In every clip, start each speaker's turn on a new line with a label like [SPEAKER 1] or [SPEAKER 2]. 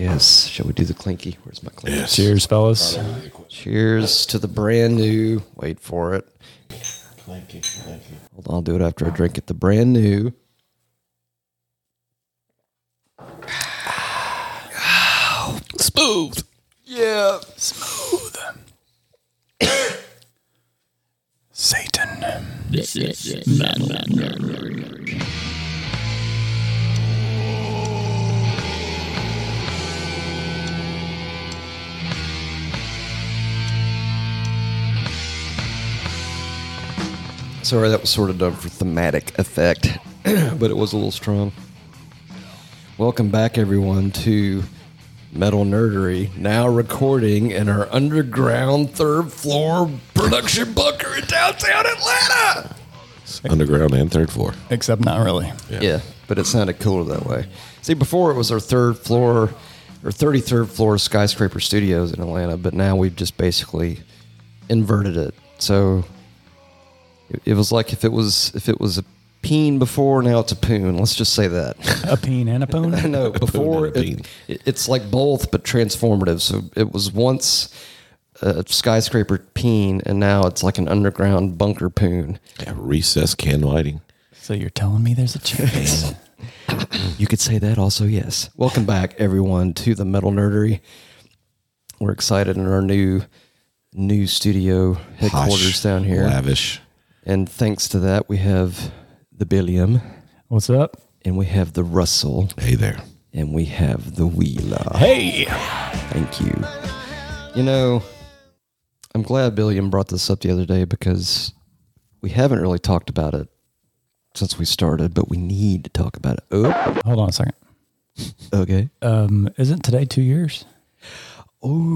[SPEAKER 1] Yes. Shall we do the clinky? Where's my clinky?
[SPEAKER 2] Yes.
[SPEAKER 3] Cheers, fellas.
[SPEAKER 1] Cheers to the brand new. Wait for it.
[SPEAKER 2] Thank you. Thank you.
[SPEAKER 1] Hold on, I'll do it after I drink it. The brand new.
[SPEAKER 4] Smooth. Yeah. Smooth. Satan. This is
[SPEAKER 1] Sorry, that was sort of done for thematic effect, but it was a little strong. Welcome back, everyone, to Metal Nerdery, now recording in our underground third floor production bunker in downtown Atlanta.
[SPEAKER 2] Underground and third floor.
[SPEAKER 4] Except not really.
[SPEAKER 1] Yeah, but it sounded cooler that way. See, before it was our third floor or 33rd floor skyscraper studios in Atlanta, but now we've just basically inverted it. So it, it was like if it was if it was a peen before, now it's a poon. Let's just say that.
[SPEAKER 3] A peen and a poon.
[SPEAKER 1] no, before
[SPEAKER 2] and a peen.
[SPEAKER 1] it, it- it's like both, but transformative. So it was once a skyscraper peen, and now it's like an underground bunker poon.
[SPEAKER 2] Yeah, recess can lighting.
[SPEAKER 4] So you're telling me there's a chance?
[SPEAKER 1] You could say that also, yes. Welcome back, everyone, to the Metal Nerdery. We're excited in our new new studio headquarters
[SPEAKER 2] Posh,
[SPEAKER 1] down here.
[SPEAKER 2] Lavish.
[SPEAKER 1] And thanks to that, we have the Billiam,
[SPEAKER 3] What's up?
[SPEAKER 1] and we have the Russell,
[SPEAKER 2] Hey there.
[SPEAKER 1] and we have the Wheeler.
[SPEAKER 4] hey.
[SPEAKER 1] Thank you. You know, I'm glad Billiam brought this up the other day because we haven't really talked about it since we started, but we need to talk about it. Oh,
[SPEAKER 3] Hold on a second.
[SPEAKER 1] okay.
[SPEAKER 3] Um, isn't today two years?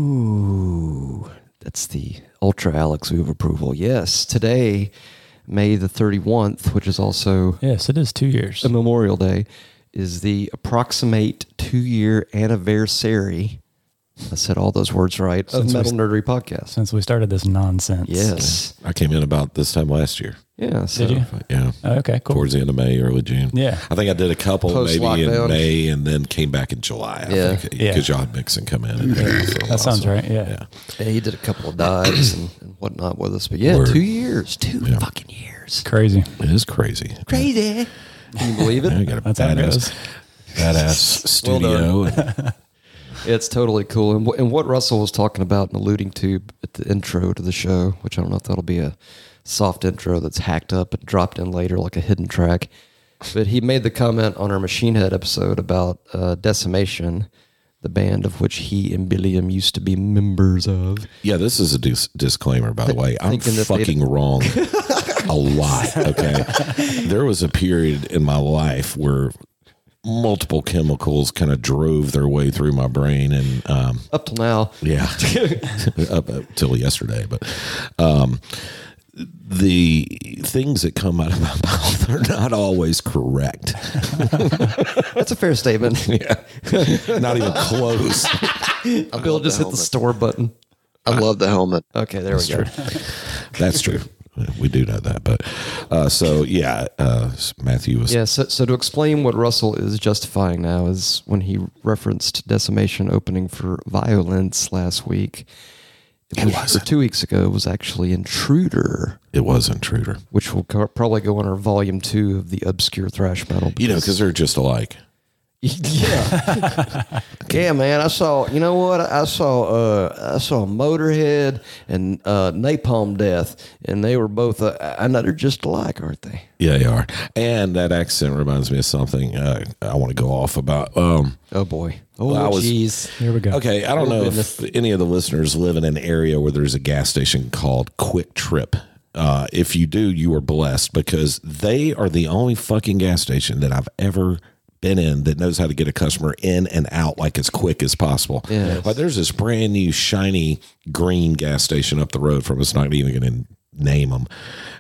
[SPEAKER 1] Ooh, that's the Ultra Alex Move approval. Yes, today, May the 31th, which is also
[SPEAKER 3] Yes, it is two years.
[SPEAKER 1] a
[SPEAKER 4] Um,
[SPEAKER 1] Memorial Day, is the approximate two year anniversary. I said all those words right of
[SPEAKER 3] Since we-
[SPEAKER 1] Metal Nerdery Podcast.
[SPEAKER 3] Since we started this nonsense.
[SPEAKER 1] Yes.
[SPEAKER 2] I came in about this time last year.
[SPEAKER 1] Yeah. So
[SPEAKER 3] Did you?
[SPEAKER 2] Yeah.
[SPEAKER 3] Okay, cool.
[SPEAKER 2] Towards the end of May, early June.
[SPEAKER 3] Yeah.
[SPEAKER 2] I think I did a couple maybe
[SPEAKER 1] Post-lockdown.
[SPEAKER 2] in May and then came back in July. I
[SPEAKER 1] Yeah.
[SPEAKER 2] think.
[SPEAKER 3] Yeah. Mm-hmm.
[SPEAKER 2] Because y'all had Mixon come in. And hang out for a while,
[SPEAKER 3] That sounds
[SPEAKER 2] so-
[SPEAKER 3] right. Yeah.
[SPEAKER 2] Yeah.
[SPEAKER 1] yeah, he did a couple of dives and, and whatnot with us. But yeah,
[SPEAKER 2] Word.
[SPEAKER 1] two years. Two fucking years.
[SPEAKER 3] Crazy.
[SPEAKER 2] It is crazy.
[SPEAKER 1] Crazy. Can you believe
[SPEAKER 2] Yeah,
[SPEAKER 1] it?
[SPEAKER 2] you got a
[SPEAKER 3] That's how it
[SPEAKER 2] badass,
[SPEAKER 3] goes.
[SPEAKER 2] badass
[SPEAKER 1] Well done.
[SPEAKER 2] studio. and-
[SPEAKER 1] It's totally cool. And, wh- and what Russell was talking about and alluding to at the intro to the show, which I don't know if that'll be a soft intro that's hacked up and dropped in later like a hidden track, but he made the comment on our Machine Head episode about uh, Decimation, the band of which he and Billiam used to be members of.
[SPEAKER 2] yeah, this is a dis- disclaimer, by the way. I'm
[SPEAKER 1] Thinking that they-
[SPEAKER 2] fucking wrong a lot. Okay. there was a period in my life where multiple chemicals kind of drove their way through my brain and um,
[SPEAKER 1] Up till now,
[SPEAKER 2] Yeah, up, up till yesterday, but um, the things that come out of my mouth are not always correct.
[SPEAKER 1] that's a fair statement.
[SPEAKER 2] Not even close.
[SPEAKER 1] Bill just hit the store button.
[SPEAKER 5] I love the helmet.
[SPEAKER 1] Okay, there we go.
[SPEAKER 2] That's true. We do know that, but uh, so yeah, uh, Matthew was
[SPEAKER 1] Yeah, so, so to explain what Russell is justifying now is when he referenced decimation opening for violence last week. It was, or two weeks ago. It was actually intruder,
[SPEAKER 2] it was intruder.
[SPEAKER 1] which will co- probably go on our volume two of the obscure thrash metal.
[SPEAKER 2] You know, because they're just alike.
[SPEAKER 1] yeah, yeah, man. I saw. You know what? I saw. Uh, I saw Motorhead and uh, Napalm Death, and they were both. Uh, I know they're just alike, aren't they?
[SPEAKER 2] Yeah, they are. And that accent reminds me of something uh, I want to go off about. Um,
[SPEAKER 1] Oh boy. Oh
[SPEAKER 2] Well, I was-
[SPEAKER 1] jeez.
[SPEAKER 3] Here we go.
[SPEAKER 2] Okay, I don't know if any of the listeners live in an area where there's a gas station called Quick Trip. Uh, if you do, you are blessed because they are the only fucking gas station that I've ever been in that knows how to get a customer in and out like as quick as possible.
[SPEAKER 1] Yes.
[SPEAKER 2] Like there's this brand new shiny green gas station up the road from us. Not even going to name them,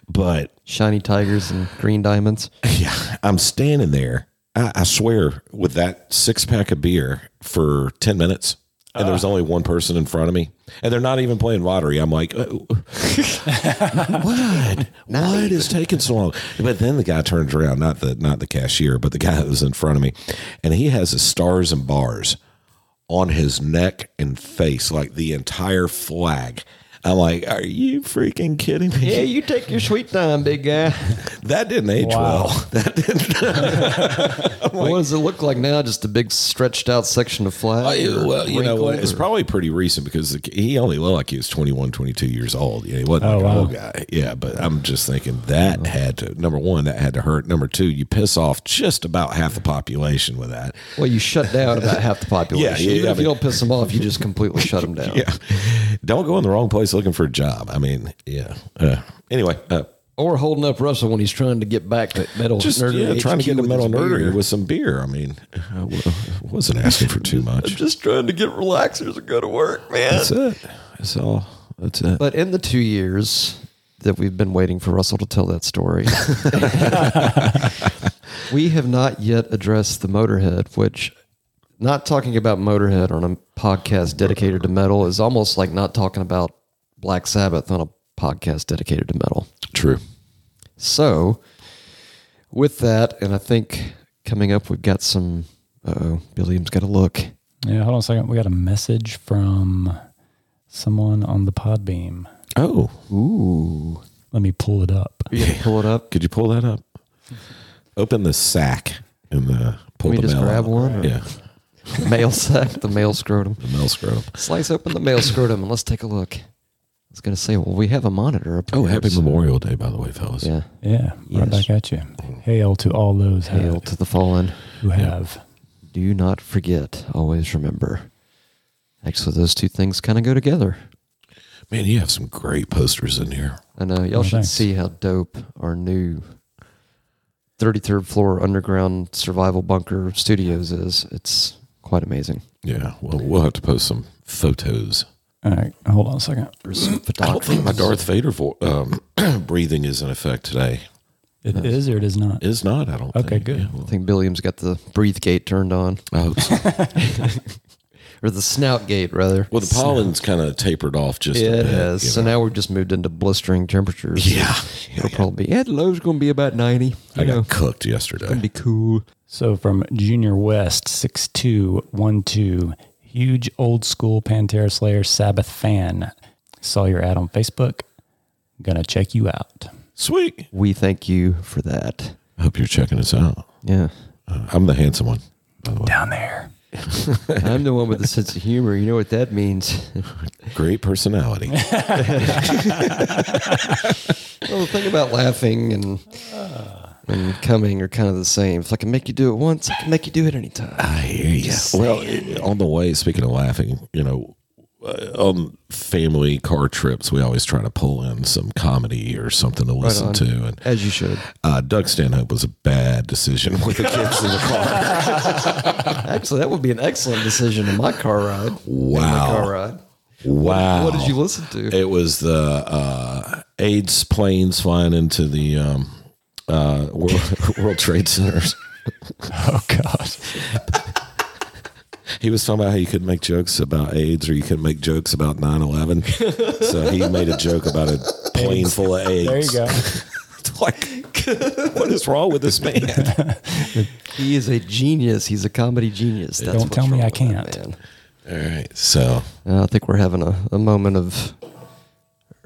[SPEAKER 2] but
[SPEAKER 1] Shiny tigers and green diamonds.
[SPEAKER 2] yeah, I'm standing there. I, I swear, with that six pack of beer for ten minutes, and there's only one person in front of me, and they're not even playing lottery. I'm like, "Oh, what? What is taking so long? But then the guy turns around, not the not the cashier, but the guy that was in front of me, and he has his stars and bars on his neck and face, like the entire flag. I'm like, are you freaking kidding me?
[SPEAKER 1] Yeah, you take your sweet time, big guy.
[SPEAKER 2] That didn't age
[SPEAKER 3] Wow.
[SPEAKER 2] well. That didn't.
[SPEAKER 1] what does it look like now? Just a big stretched out section of flag? or
[SPEAKER 2] Oh, Uh, well, you know
[SPEAKER 1] wrinkled
[SPEAKER 2] what? It's
[SPEAKER 1] or-
[SPEAKER 2] probably pretty recent because the- he only looked like he was 21, 22 years old. Yeah, he wasn't
[SPEAKER 3] Oh,
[SPEAKER 2] like
[SPEAKER 3] wow.
[SPEAKER 2] an old guy. Yeah, but I'm just thinking that had to, number one, that had to hurt. Number two, you piss off just about half the population with that.
[SPEAKER 1] well, you shut down about half the population.
[SPEAKER 2] Yeah, yeah,
[SPEAKER 1] Even
[SPEAKER 2] I
[SPEAKER 1] if
[SPEAKER 2] mean-
[SPEAKER 1] you don't piss them off, you just completely shut them down.
[SPEAKER 2] Yeah. Don't go in the wrong place looking for a job. I mean, yeah. Uh, anyway, uh,
[SPEAKER 1] Or holding up Russell when he's trying to get back that metal
[SPEAKER 2] just
[SPEAKER 1] nerdery.
[SPEAKER 2] yeah, trying to
[SPEAKER 1] HQ
[SPEAKER 2] get a
[SPEAKER 1] with
[SPEAKER 2] metal
[SPEAKER 1] his
[SPEAKER 2] nerdery
[SPEAKER 1] beer.
[SPEAKER 2] with some beer. I mean, uh, I w- wasn't asking for too much.
[SPEAKER 1] Just trying to get relaxers to go to work, man.
[SPEAKER 2] That's it. That's all. That's it.
[SPEAKER 1] But in the two years that we've been waiting for Russell to tell that story, we have not yet addressed the Motorhead, which not talking about Motorhead on a podcast dedicated to metal is almost like not talking about Black Sabbath on a podcast dedicated to metal.
[SPEAKER 2] True.
[SPEAKER 1] So, with that, and I think coming up, we've got some. Uh oh, Billiam's got a look.
[SPEAKER 3] Yeah, hold on a second. We got a message from someone on the pod beam.
[SPEAKER 2] Oh,
[SPEAKER 1] Ooh.
[SPEAKER 3] Let me pull it up.
[SPEAKER 1] Are you going to pull it up?
[SPEAKER 2] Could you pull that up? Open the sack and uh,
[SPEAKER 1] Can
[SPEAKER 2] pull
[SPEAKER 1] we
[SPEAKER 2] the
[SPEAKER 1] just
[SPEAKER 2] mail.
[SPEAKER 1] grab
[SPEAKER 2] out.
[SPEAKER 1] one? or-
[SPEAKER 2] Yeah,
[SPEAKER 1] Male sack, the male scrotum.
[SPEAKER 2] the mail scrotum.
[SPEAKER 1] Slice open the male scrotum and let's take a look. I was going to say, well, we have a monitor up
[SPEAKER 2] Oh,
[SPEAKER 1] here,
[SPEAKER 2] happy
[SPEAKER 1] so-
[SPEAKER 2] Memorial Day, by the way, fellas.
[SPEAKER 1] Yeah.
[SPEAKER 3] Yeah, right
[SPEAKER 1] Yes.
[SPEAKER 3] back at you. Hail to all those
[SPEAKER 1] Hail
[SPEAKER 3] have,
[SPEAKER 1] to the fallen.
[SPEAKER 3] who have.
[SPEAKER 1] Do not forget. Always remember. Actually, those two things kind of go together.
[SPEAKER 2] Man, you have some great posters in here.
[SPEAKER 1] I know. uh, Y'all
[SPEAKER 3] Oh,
[SPEAKER 1] should
[SPEAKER 3] thanks.
[SPEAKER 1] see how dope our new 33rd floor underground survival bunker studios is. It's quite amazing.
[SPEAKER 2] Yeah, well, we'll have to post some photos.
[SPEAKER 3] All right, hold on a second.
[SPEAKER 1] There's some
[SPEAKER 2] I don't think my
[SPEAKER 1] photographers.
[SPEAKER 2] Darth Vader vo- um, breathing is in effect today.
[SPEAKER 3] It is or it is not?
[SPEAKER 2] Is not. I don't.
[SPEAKER 3] Okay,
[SPEAKER 2] think.
[SPEAKER 3] good.
[SPEAKER 2] Yeah, well,
[SPEAKER 1] I think Billiam's got the breathe gate turned on,
[SPEAKER 2] I hope so.
[SPEAKER 1] or the snout gate, rather.
[SPEAKER 2] well, the pollen's kind of tapered off just. a
[SPEAKER 1] It
[SPEAKER 2] bit,
[SPEAKER 1] has.
[SPEAKER 2] you
[SPEAKER 1] So
[SPEAKER 2] know.
[SPEAKER 1] now we've just moved into blistering temperatures.
[SPEAKER 2] Yeah.
[SPEAKER 1] It'll probably be, yeah, the low's going to be about 90. You
[SPEAKER 2] I
[SPEAKER 1] know,
[SPEAKER 2] got cooked yesterday.
[SPEAKER 1] it'll be cool.
[SPEAKER 3] So from Junior West, 6212, huge old school Pantera Slayer Sabbath fan. Saw your ad on Facebook. Gonna check you out.
[SPEAKER 2] Sweet.
[SPEAKER 1] We thank you for that.
[SPEAKER 2] I hope you're checking us out.
[SPEAKER 1] Yeah.
[SPEAKER 2] Uh, I'm the handsome one, by the way.
[SPEAKER 3] Down there.
[SPEAKER 1] I'm the one with the sense of humor. You know what that means.
[SPEAKER 2] Great personality.
[SPEAKER 1] well, the thing about laughing and and coming are kind of the same. If I can make you do it once, I can make you do it anytime.
[SPEAKER 2] I hear you. Well, it- on the way, speaking of laughing, you know, uh, on family car trips, we always try to pull in some comedy or something to listen
[SPEAKER 1] on.
[SPEAKER 2] to. And
[SPEAKER 1] As you should.
[SPEAKER 2] uh, Doug Stanhope was a bad decision with the kids in the car.
[SPEAKER 1] Actually, that would be an excellent decision in my car ride. My car
[SPEAKER 2] Wow.
[SPEAKER 1] ride.
[SPEAKER 2] Wow.
[SPEAKER 1] What did you listen to?
[SPEAKER 2] It was the uh, AIDS planes flying into the um, uh, World, World Trade Centers.
[SPEAKER 3] Oh God.
[SPEAKER 2] He was talking about how you couldn't make jokes about AIDS or you couldn't make jokes about 9 11. so he made a joke about a plane full of AIDS.
[SPEAKER 3] There you go.
[SPEAKER 2] It's like, what is wrong with this man?
[SPEAKER 1] He is a genius. He's a comedy genius. That's
[SPEAKER 3] Don't
[SPEAKER 1] what's
[SPEAKER 3] tell me
[SPEAKER 1] wrong
[SPEAKER 3] I
[SPEAKER 1] with that
[SPEAKER 3] can't.
[SPEAKER 1] man.
[SPEAKER 2] All right. So,
[SPEAKER 1] Uh, I think we're having a, a moment of,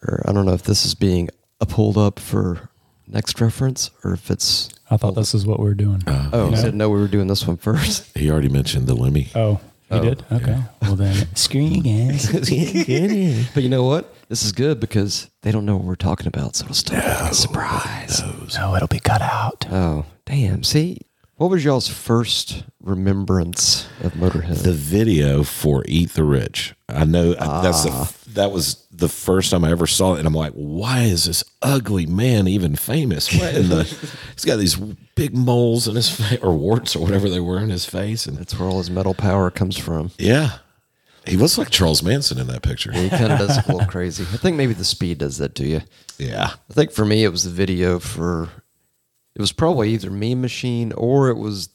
[SPEAKER 1] or I don't know if this is being uh, pulled up for next reference or if it's.
[SPEAKER 3] I thought this is what we were doing.
[SPEAKER 1] Oh,
[SPEAKER 3] No.
[SPEAKER 1] I didn't know we were doing this one first.
[SPEAKER 2] he already mentioned the Lemmy.
[SPEAKER 3] oh, you did? Okay. Well then, screw you guys.
[SPEAKER 1] But you know what? This is good because they don't know what we're talking about, so it'll still be a surprise.
[SPEAKER 3] So it'll be cut out.
[SPEAKER 1] Oh, damn. See, what was y'all's first remembrance of Motorhead?
[SPEAKER 2] The video for Eat the Rich. I know I- that's
[SPEAKER 1] Ah.
[SPEAKER 2] the, f- that was the first time I ever saw it, and I'm like, why is this ugly man even famous? What in the? He's got these big moles in his face, or warts, or whatever they were in his face, and
[SPEAKER 1] That's where all his metal power comes from.
[SPEAKER 2] Yeah. He looks like Charles Manson in that picture.
[SPEAKER 1] He kind of does look a little crazy. I think maybe the speed does that to you.
[SPEAKER 2] Yeah.
[SPEAKER 1] I think for me, it was the video for. It was probably either Mean Machine or it was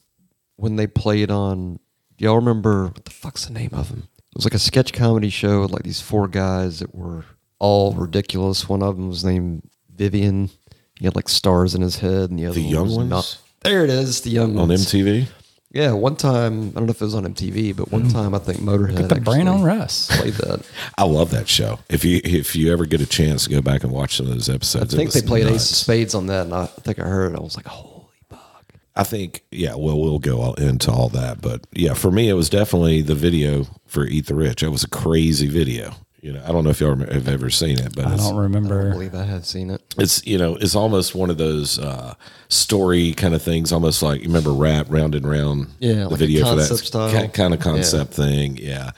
[SPEAKER 1] when they played on. Y'all remember what the fuck's the name of them? It was like a sketch comedy show with like these four guys that were all ridiculous. One of them was named Vivian. He had like stars in his head, and the other
[SPEAKER 2] The
[SPEAKER 1] one
[SPEAKER 2] Young
[SPEAKER 1] was
[SPEAKER 2] Ones?
[SPEAKER 1] not- There it is, the young
[SPEAKER 2] On
[SPEAKER 1] ones.
[SPEAKER 2] MTV?
[SPEAKER 1] Yeah, one time I don't know if it was on MTV, but one time I think Motorhead
[SPEAKER 3] Put Hmm. the brain
[SPEAKER 1] actually
[SPEAKER 3] on Russ.
[SPEAKER 1] played that.
[SPEAKER 2] I love that show. If you if you ever get a chance to go back and watch some of those episodes,
[SPEAKER 1] I think they played Ace of Spades on that, and I, I think I heard it. I was like, holy fuck!
[SPEAKER 2] I think yeah. Well, we'll go all, into all that, but yeah, for me, it was definitely the video for Eat the Rich. It was a crazy video. You know, I don't know if y'all rem- have ever seen it, but
[SPEAKER 3] I
[SPEAKER 2] it's,
[SPEAKER 3] don't remember.
[SPEAKER 1] I don't believe I have seen it.
[SPEAKER 2] it's you know it's almost one of those uh story kind of things almost like you remember rap round and round
[SPEAKER 1] Yeah,
[SPEAKER 2] the
[SPEAKER 1] like a
[SPEAKER 2] video for that
[SPEAKER 1] concept style.
[SPEAKER 2] ki- kind of concept thing yeah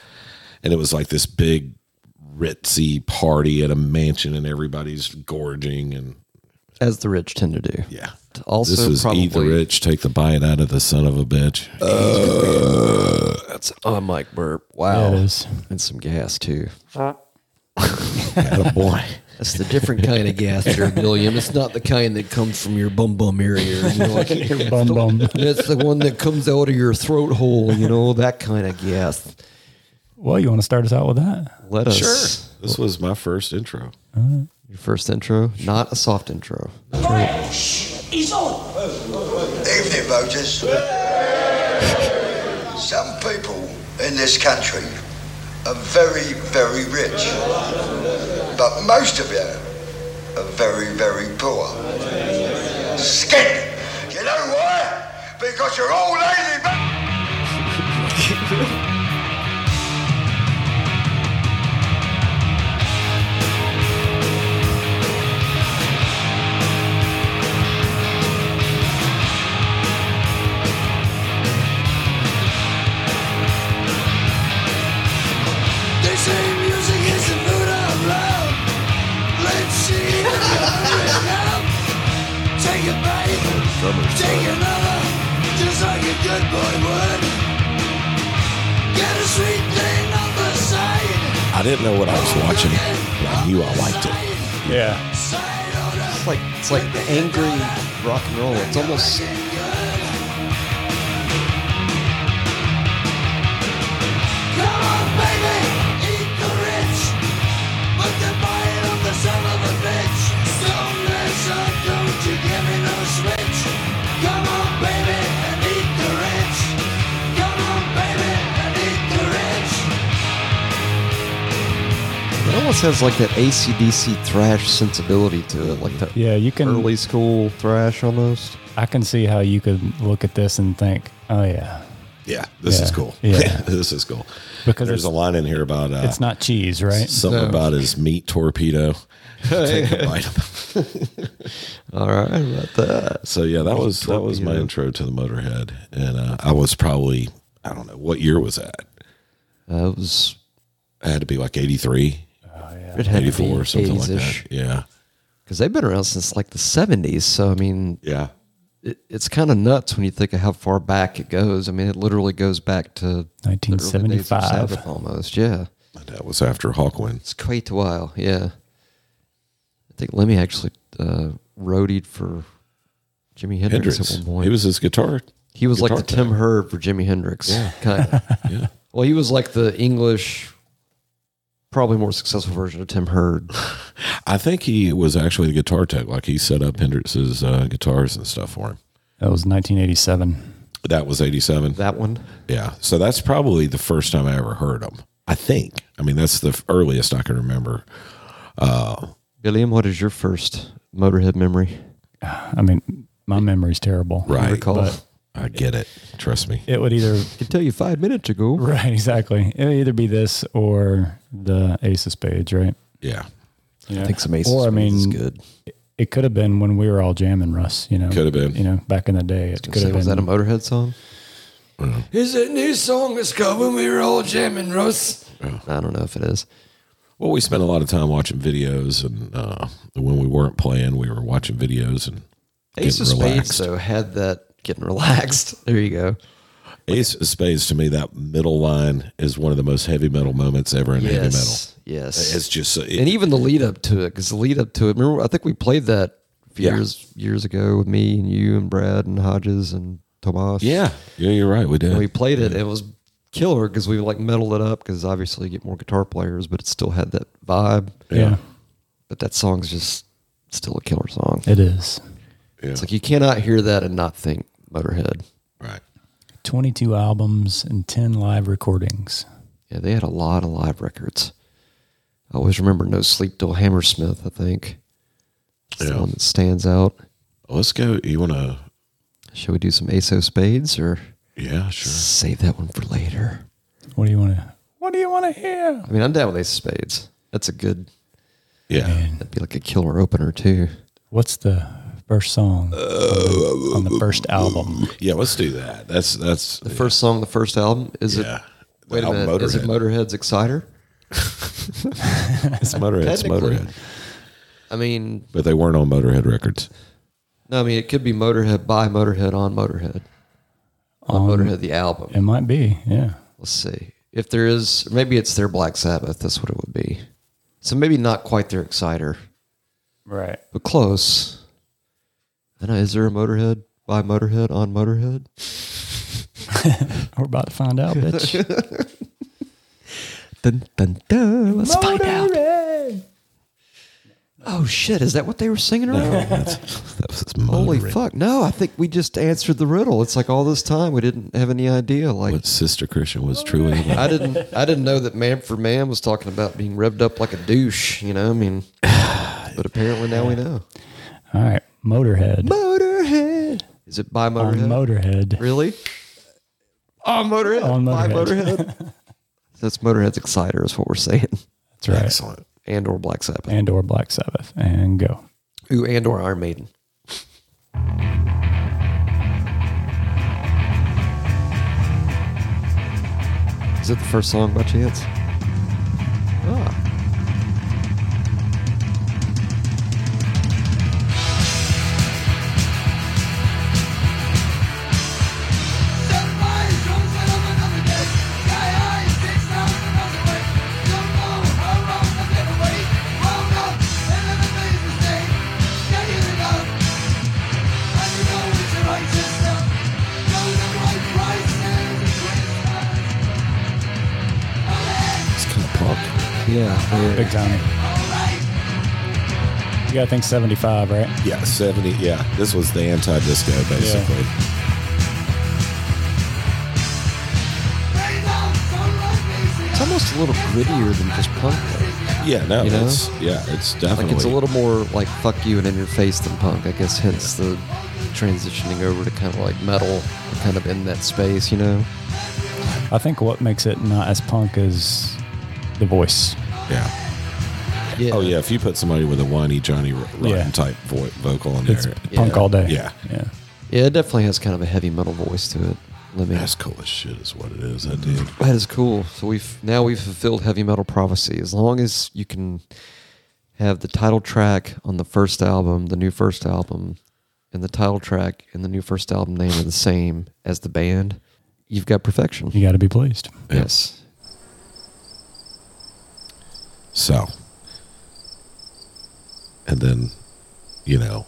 [SPEAKER 2] and it was like this big ritzy party at a mansion and everybody's gorging and
[SPEAKER 1] As the rich tend to do.
[SPEAKER 2] yeah
[SPEAKER 1] Also,
[SPEAKER 2] this was
[SPEAKER 1] probably
[SPEAKER 2] eat the rich take the bite out of the son of a bitch
[SPEAKER 1] that's on Mike Burp.
[SPEAKER 3] Yeah,
[SPEAKER 1] Wow,
[SPEAKER 3] it is.
[SPEAKER 1] and some gas too. Oh,
[SPEAKER 2] Atta boy
[SPEAKER 1] That's the different kind of gas, there, William. It's not the kind that comes from your bum bum area. You know, like-
[SPEAKER 3] Bum bum.
[SPEAKER 1] It's the one that comes out of your throat hole, you know, that kind of gas.
[SPEAKER 3] Well, you want to start us out with that?
[SPEAKER 1] Let
[SPEAKER 2] Uh,
[SPEAKER 1] us.
[SPEAKER 2] this was my first intro
[SPEAKER 1] Your first intro, not a soft intro.
[SPEAKER 5] He's on.
[SPEAKER 6] Evening, voters. Some people in this country are very, very rich, but most of you are very, very poor. Skin! You know why? Because you're all lazy. bu-
[SPEAKER 5] They say music is the food of love. Let's see if you're enough. Take a bite, take another, just like a good boy would. Get a sweet thing on the side.
[SPEAKER 2] i didn't know what i was watching but i knew i liked it
[SPEAKER 3] Yeah.
[SPEAKER 5] Side order.
[SPEAKER 1] It's like it's like angry rock and roll. Oh, It's almost
[SPEAKER 5] Come on, baby, eat the rich. Put the bite on the son of a bitch. Don't listen, don't you give me no switch. Come on, baby, and eat the rich. Come on, baby, and eat the rich.
[SPEAKER 1] it almost has like that ACDC thrash sensibility to it, like that
[SPEAKER 3] Yeah, you can.
[SPEAKER 1] early school thrash almost.
[SPEAKER 3] I can see how you could look at this and think, oh, yeah.
[SPEAKER 2] yeah this is
[SPEAKER 3] Yeah.
[SPEAKER 2] cool
[SPEAKER 3] Yeah.
[SPEAKER 2] this is cool
[SPEAKER 3] Because
[SPEAKER 2] there's
[SPEAKER 3] it's-
[SPEAKER 2] a line in here about uh,
[SPEAKER 3] It's not cheese, right?
[SPEAKER 2] Something
[SPEAKER 1] No.
[SPEAKER 2] about his meat torpedo. Take a bite.
[SPEAKER 1] All right, about that.
[SPEAKER 2] So yeah, that was that was my
[SPEAKER 1] Torpedo.
[SPEAKER 2] intro to the Motorhead, and uh, I was probably I don't know what year was that.
[SPEAKER 1] That was
[SPEAKER 2] I had to be like 83,
[SPEAKER 1] it had
[SPEAKER 2] 84 or something like
[SPEAKER 1] ish
[SPEAKER 2] that. Yeah,
[SPEAKER 1] Because they've been around since like the seventies. So I mean,
[SPEAKER 2] yeah,
[SPEAKER 1] it, it's kind of nuts when you think of how far back it goes. I mean, it literally goes back to the early days of
[SPEAKER 3] 1975.
[SPEAKER 1] Sabbath almost. Yeah,
[SPEAKER 2] that was after Hawkwind.
[SPEAKER 1] it's quite a while. Yeah, I think Lemmy actually uh, roadied for Jimi Hendrix,
[SPEAKER 2] Hendrix.
[SPEAKER 1] at one point.
[SPEAKER 2] He was his guitar.
[SPEAKER 1] he was like the
[SPEAKER 2] guitar
[SPEAKER 1] Tim Hurd for Jimi Hendrix. Yeah, kind of.
[SPEAKER 2] Yeah.
[SPEAKER 1] well, he was like the English, probably more successful version of Tim Hurd.
[SPEAKER 2] I think he was actually the guitar tech. Like he set up Hendrix's uh, guitars and stuff for him.
[SPEAKER 3] That was 1987.
[SPEAKER 2] That was 87.
[SPEAKER 1] That one.
[SPEAKER 2] Yeah. So that's probably the first time I ever heard them. I think. I mean, that's the f- earliest I can remember. Uh,
[SPEAKER 1] William, what is your first Motorhead memory?
[SPEAKER 3] I mean, my memory's terrible.
[SPEAKER 2] Right.
[SPEAKER 1] Recall.
[SPEAKER 3] but-
[SPEAKER 2] I get it. Trust me.
[SPEAKER 3] It would either,
[SPEAKER 1] I can tell you five minutes ago.
[SPEAKER 3] right, exactly. It would either be this or the Ace of Spades, right?
[SPEAKER 2] Yeah.
[SPEAKER 1] I think some aces.
[SPEAKER 3] Or, I mean,
[SPEAKER 1] is good.
[SPEAKER 3] It could have been when we were all jamming, Russ, you know?
[SPEAKER 2] Could have been.
[SPEAKER 3] You know, back in the day. It could
[SPEAKER 1] Say,
[SPEAKER 3] have been.
[SPEAKER 1] was that a Motorhead song?
[SPEAKER 5] Is that new song that's called When We Were All Jamming, Russ?
[SPEAKER 1] I don't know if it is.
[SPEAKER 2] Well, we spent a lot of time watching videos, and uh, when we weren't playing, we were watching videos and
[SPEAKER 1] Ace
[SPEAKER 2] getting
[SPEAKER 1] of Spades
[SPEAKER 2] relaxed.
[SPEAKER 1] though had that getting relaxed. There you go.
[SPEAKER 2] Ace of Spades to me, that middle line is one of the most heavy metal moments ever in heavy metal.
[SPEAKER 1] Yes, yes.
[SPEAKER 2] It's just uh, it,
[SPEAKER 1] and even the lead up to it, because the lead up to it. Remember, I think we played that
[SPEAKER 2] Yeah.
[SPEAKER 1] years years ago with me and you and Brad and Hodges and Tomas.
[SPEAKER 2] yeah, yeah, you're right. We did.
[SPEAKER 1] and we played it. It was killer because we like metal it up because obviously you get more guitar players, but it still had that vibe.
[SPEAKER 3] yeah.
[SPEAKER 1] But that song's just still a killer song.
[SPEAKER 3] It is.
[SPEAKER 2] yeah,
[SPEAKER 1] It's like you cannot hear that and not think Motorhead.
[SPEAKER 2] right.
[SPEAKER 3] 22 albums and 10 live recordings.
[SPEAKER 1] Yeah, they had a lot of live records. I always remember No Sleep Till Hammersmith, I think. It's
[SPEAKER 2] Yeah.
[SPEAKER 1] the one that stands out.
[SPEAKER 2] Let's go. You want to?
[SPEAKER 1] Should we do some Ace of Spades or
[SPEAKER 2] Yeah, sure.
[SPEAKER 1] save that one for later?
[SPEAKER 3] What do you want to What do you want to hear?
[SPEAKER 1] I mean, I'm down with Ace of Spades. That's a good,
[SPEAKER 2] Yeah.
[SPEAKER 1] that'd be like a killer opener, too.
[SPEAKER 3] What's the first song on the- on the first album?
[SPEAKER 2] Yeah, let's do that. That's that's
[SPEAKER 1] The first song, the first album, is
[SPEAKER 2] Yeah.
[SPEAKER 1] it? Wait a
[SPEAKER 2] Album
[SPEAKER 1] minute, is it
[SPEAKER 2] Motorhead.
[SPEAKER 1] Motorhead's Exciter?
[SPEAKER 2] it's Motorhead. It's
[SPEAKER 1] Technically.
[SPEAKER 2] Motorhead.
[SPEAKER 1] I mean,
[SPEAKER 2] But they weren't on Motorhead records.
[SPEAKER 1] no, I mean it could be Motorhead by Motorhead on Motorhead on Motorhead the album.
[SPEAKER 3] It might be, yeah.
[SPEAKER 1] Let's see if there is. Maybe it's their Black Sabbath. That's what it would be. So maybe not quite their Exciter,
[SPEAKER 3] Right.
[SPEAKER 1] but close. I know. Is there a Motorhead by Motorhead on Motorhead?
[SPEAKER 3] We're about to find out, bitch.
[SPEAKER 1] Dun, dun, dun. Let's find out. Oh shit! Is that what they were singing around?
[SPEAKER 2] That was
[SPEAKER 1] Holy
[SPEAKER 2] Motorhead.
[SPEAKER 1] fuck! No, I think we just answered the riddle. It's like all this time we didn't have any idea. Like
[SPEAKER 2] What Sister Christian was true evil.
[SPEAKER 1] I didn't, I didn't know that Man for Man was talking about being revved up like a douche. You know, I mean, but apparently now we know.
[SPEAKER 3] All right, Motorhead.
[SPEAKER 1] Motorhead. Is it by
[SPEAKER 3] on
[SPEAKER 1] Motorhead?
[SPEAKER 3] Motorhead.
[SPEAKER 1] really? On Motorhead.
[SPEAKER 3] On
[SPEAKER 1] By
[SPEAKER 3] Motorhead.
[SPEAKER 1] Motorhead. That's Motorhead's Exciter, is what we're saying,
[SPEAKER 3] That's right.
[SPEAKER 2] Excellent.
[SPEAKER 1] and or Black Sabbath.
[SPEAKER 3] And or Black Sabbath. And go.
[SPEAKER 1] Ooh, and or Iron Maiden. Is it the first song by chance? Ah.
[SPEAKER 2] It's kind of punk.
[SPEAKER 1] Yeah.
[SPEAKER 3] Big time. You got to think 75, right?
[SPEAKER 2] Yeah, seventy. Yeah, this was the anti-disco basically.
[SPEAKER 1] It's almost a little grittier than just punk, though.
[SPEAKER 2] Yeah, no,
[SPEAKER 1] You know?
[SPEAKER 2] it's yeah, it's definitely
[SPEAKER 1] Like, it's a little more like fuck you and in your face than punk, I guess, hence the transitioning over to kind of like metal, kind of in that space, you know?
[SPEAKER 3] I think what makes it not as punk is the voice.
[SPEAKER 2] yeah.
[SPEAKER 1] Yeah.
[SPEAKER 2] Oh yeah, if you put somebody with a whiny Johnny R- Rotten
[SPEAKER 3] Yeah.
[SPEAKER 2] type vo- vocal in
[SPEAKER 3] It's
[SPEAKER 2] there,
[SPEAKER 3] punk all day.
[SPEAKER 2] Yeah.
[SPEAKER 3] Yeah.
[SPEAKER 1] Yeah, it definitely has kind of a heavy metal voice to it. Let me
[SPEAKER 2] that's cool as shit. Is what it is. That dude.
[SPEAKER 1] That is cool. So we've now we've fulfilled heavy metal prophecy. As long as you can have the title track on the first album, the new first album, and the title track and the new first album name are the same as the band, you've got perfection.
[SPEAKER 3] You got to be pleased.
[SPEAKER 1] Yes.
[SPEAKER 2] So, and then, you know,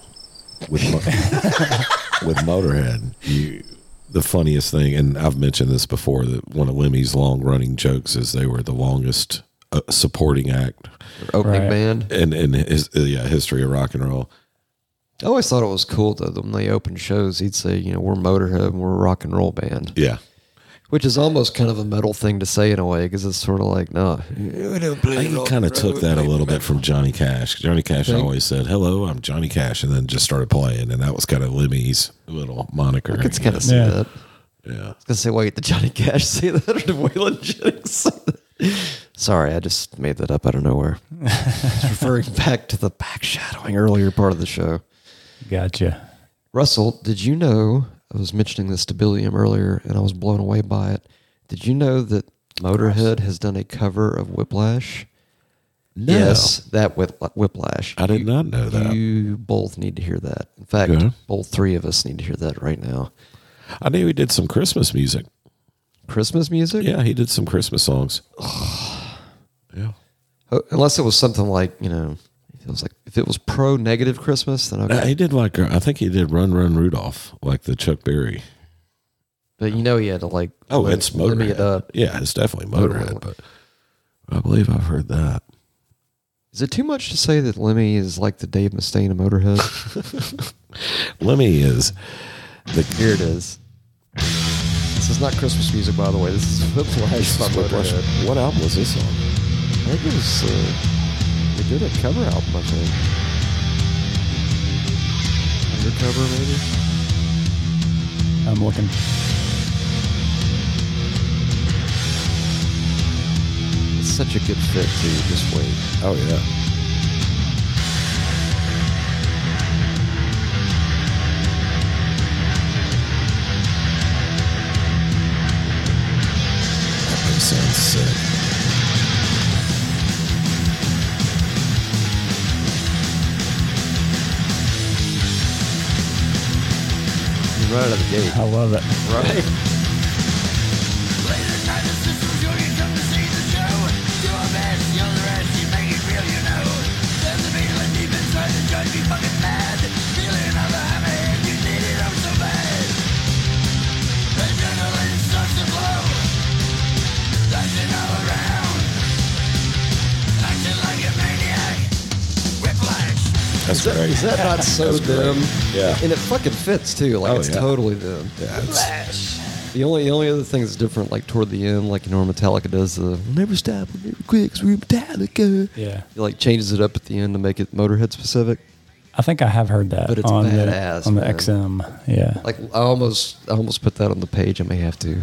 [SPEAKER 2] with Mo- with Motorhead, you the funniest thing, and I've mentioned this before that one of Lemmy's long running jokes is they were the longest uh, supporting act
[SPEAKER 1] Or opening
[SPEAKER 3] Right.
[SPEAKER 1] band.
[SPEAKER 2] in in his uh, yeah history of rock and roll.
[SPEAKER 1] I always thought it was cool though that when they opened shows, he'd say, you know, we're Motorhead and we're a rock and roll band,
[SPEAKER 2] Yeah,
[SPEAKER 1] which is almost kind of a metal thing to say in a way because it's sort of like, no,
[SPEAKER 2] I think he kind of took that a little bit from Johnny Cash. Johnny Cash
[SPEAKER 1] Think-
[SPEAKER 2] always said, "Hello, I'm Johnny Cash," and then just started playing, and that was kind of Lemmy's little moniker.
[SPEAKER 1] it's
[SPEAKER 2] I
[SPEAKER 1] kind of
[SPEAKER 2] guess.
[SPEAKER 1] see
[SPEAKER 3] Yeah.
[SPEAKER 1] that.
[SPEAKER 2] yeah.
[SPEAKER 1] gonna say, wait, did Johnny Cash say that or did Waylon Jennings say that? Sorry, I just made that up out of nowhere. It's referring back to the back shadowing earlier part of the show.
[SPEAKER 3] Gotcha.
[SPEAKER 1] Russell, did you know? I was mentioning this to Billiam earlier and I was blown away by it. Did you know that Motorhead has done a cover of Whiplash?
[SPEAKER 2] No.
[SPEAKER 1] Yes, that whip, Whiplash.
[SPEAKER 2] I did not know that.
[SPEAKER 1] You both need to hear that. In fact,
[SPEAKER 2] Okay.
[SPEAKER 1] both three of us need to hear that right now.
[SPEAKER 2] I knew he did some Christmas music.
[SPEAKER 1] Christmas music?
[SPEAKER 2] Yeah, he did some Christmas songs. yeah.
[SPEAKER 1] Uh, Unless it was something like, you know, if it was like if it was pro negative Christmas, then
[SPEAKER 2] Uh,
[SPEAKER 1] okay.
[SPEAKER 2] he did like uh, I think he did Run Run Rudolph, like the Chuck Berry.
[SPEAKER 1] But you know, he had to like
[SPEAKER 2] Oh,
[SPEAKER 1] lim-
[SPEAKER 2] it's Motorhead.
[SPEAKER 1] it up.
[SPEAKER 2] Yeah, it's definitely Motorhead, but I believe I've heard that.
[SPEAKER 1] Is it too much to say that Lemmy is like the Dave Mustaine of Motorhead?
[SPEAKER 2] Lemmy is the
[SPEAKER 1] Here it is. This is not Christmas music, by the way. This is Whiplash by Motorhead.
[SPEAKER 2] What album was this on?
[SPEAKER 1] I think it was. Uh, they did a cover album, I think. Undercover, maybe.
[SPEAKER 3] I'm looking.
[SPEAKER 1] It's such a good fit too. Just wait.
[SPEAKER 2] Oh yeah. That thing sounds sick.
[SPEAKER 1] Right out of the gate.
[SPEAKER 3] I love it.
[SPEAKER 1] Right.
[SPEAKER 2] That's great.
[SPEAKER 1] Is that not so
[SPEAKER 2] That's great.
[SPEAKER 1] them?
[SPEAKER 2] Yeah.
[SPEAKER 1] And it fucking fits too. Like
[SPEAKER 2] Oh,
[SPEAKER 1] it's
[SPEAKER 2] yeah.
[SPEAKER 1] totally them.
[SPEAKER 2] Yeah, it's-
[SPEAKER 1] The only the only other thing that's different, like toward the end, like you know, Metallica does the "Never stop, we're never quit, 'cause we're Metallica."
[SPEAKER 3] Yeah.
[SPEAKER 1] He like changes it up at the end to make it Motorhead specific.
[SPEAKER 3] I think I have heard that
[SPEAKER 1] But it's
[SPEAKER 3] on
[SPEAKER 1] badass,
[SPEAKER 3] the on the
[SPEAKER 1] man.
[SPEAKER 3] XM. Yeah.
[SPEAKER 1] Like I almost I almost put that on the page. I may have to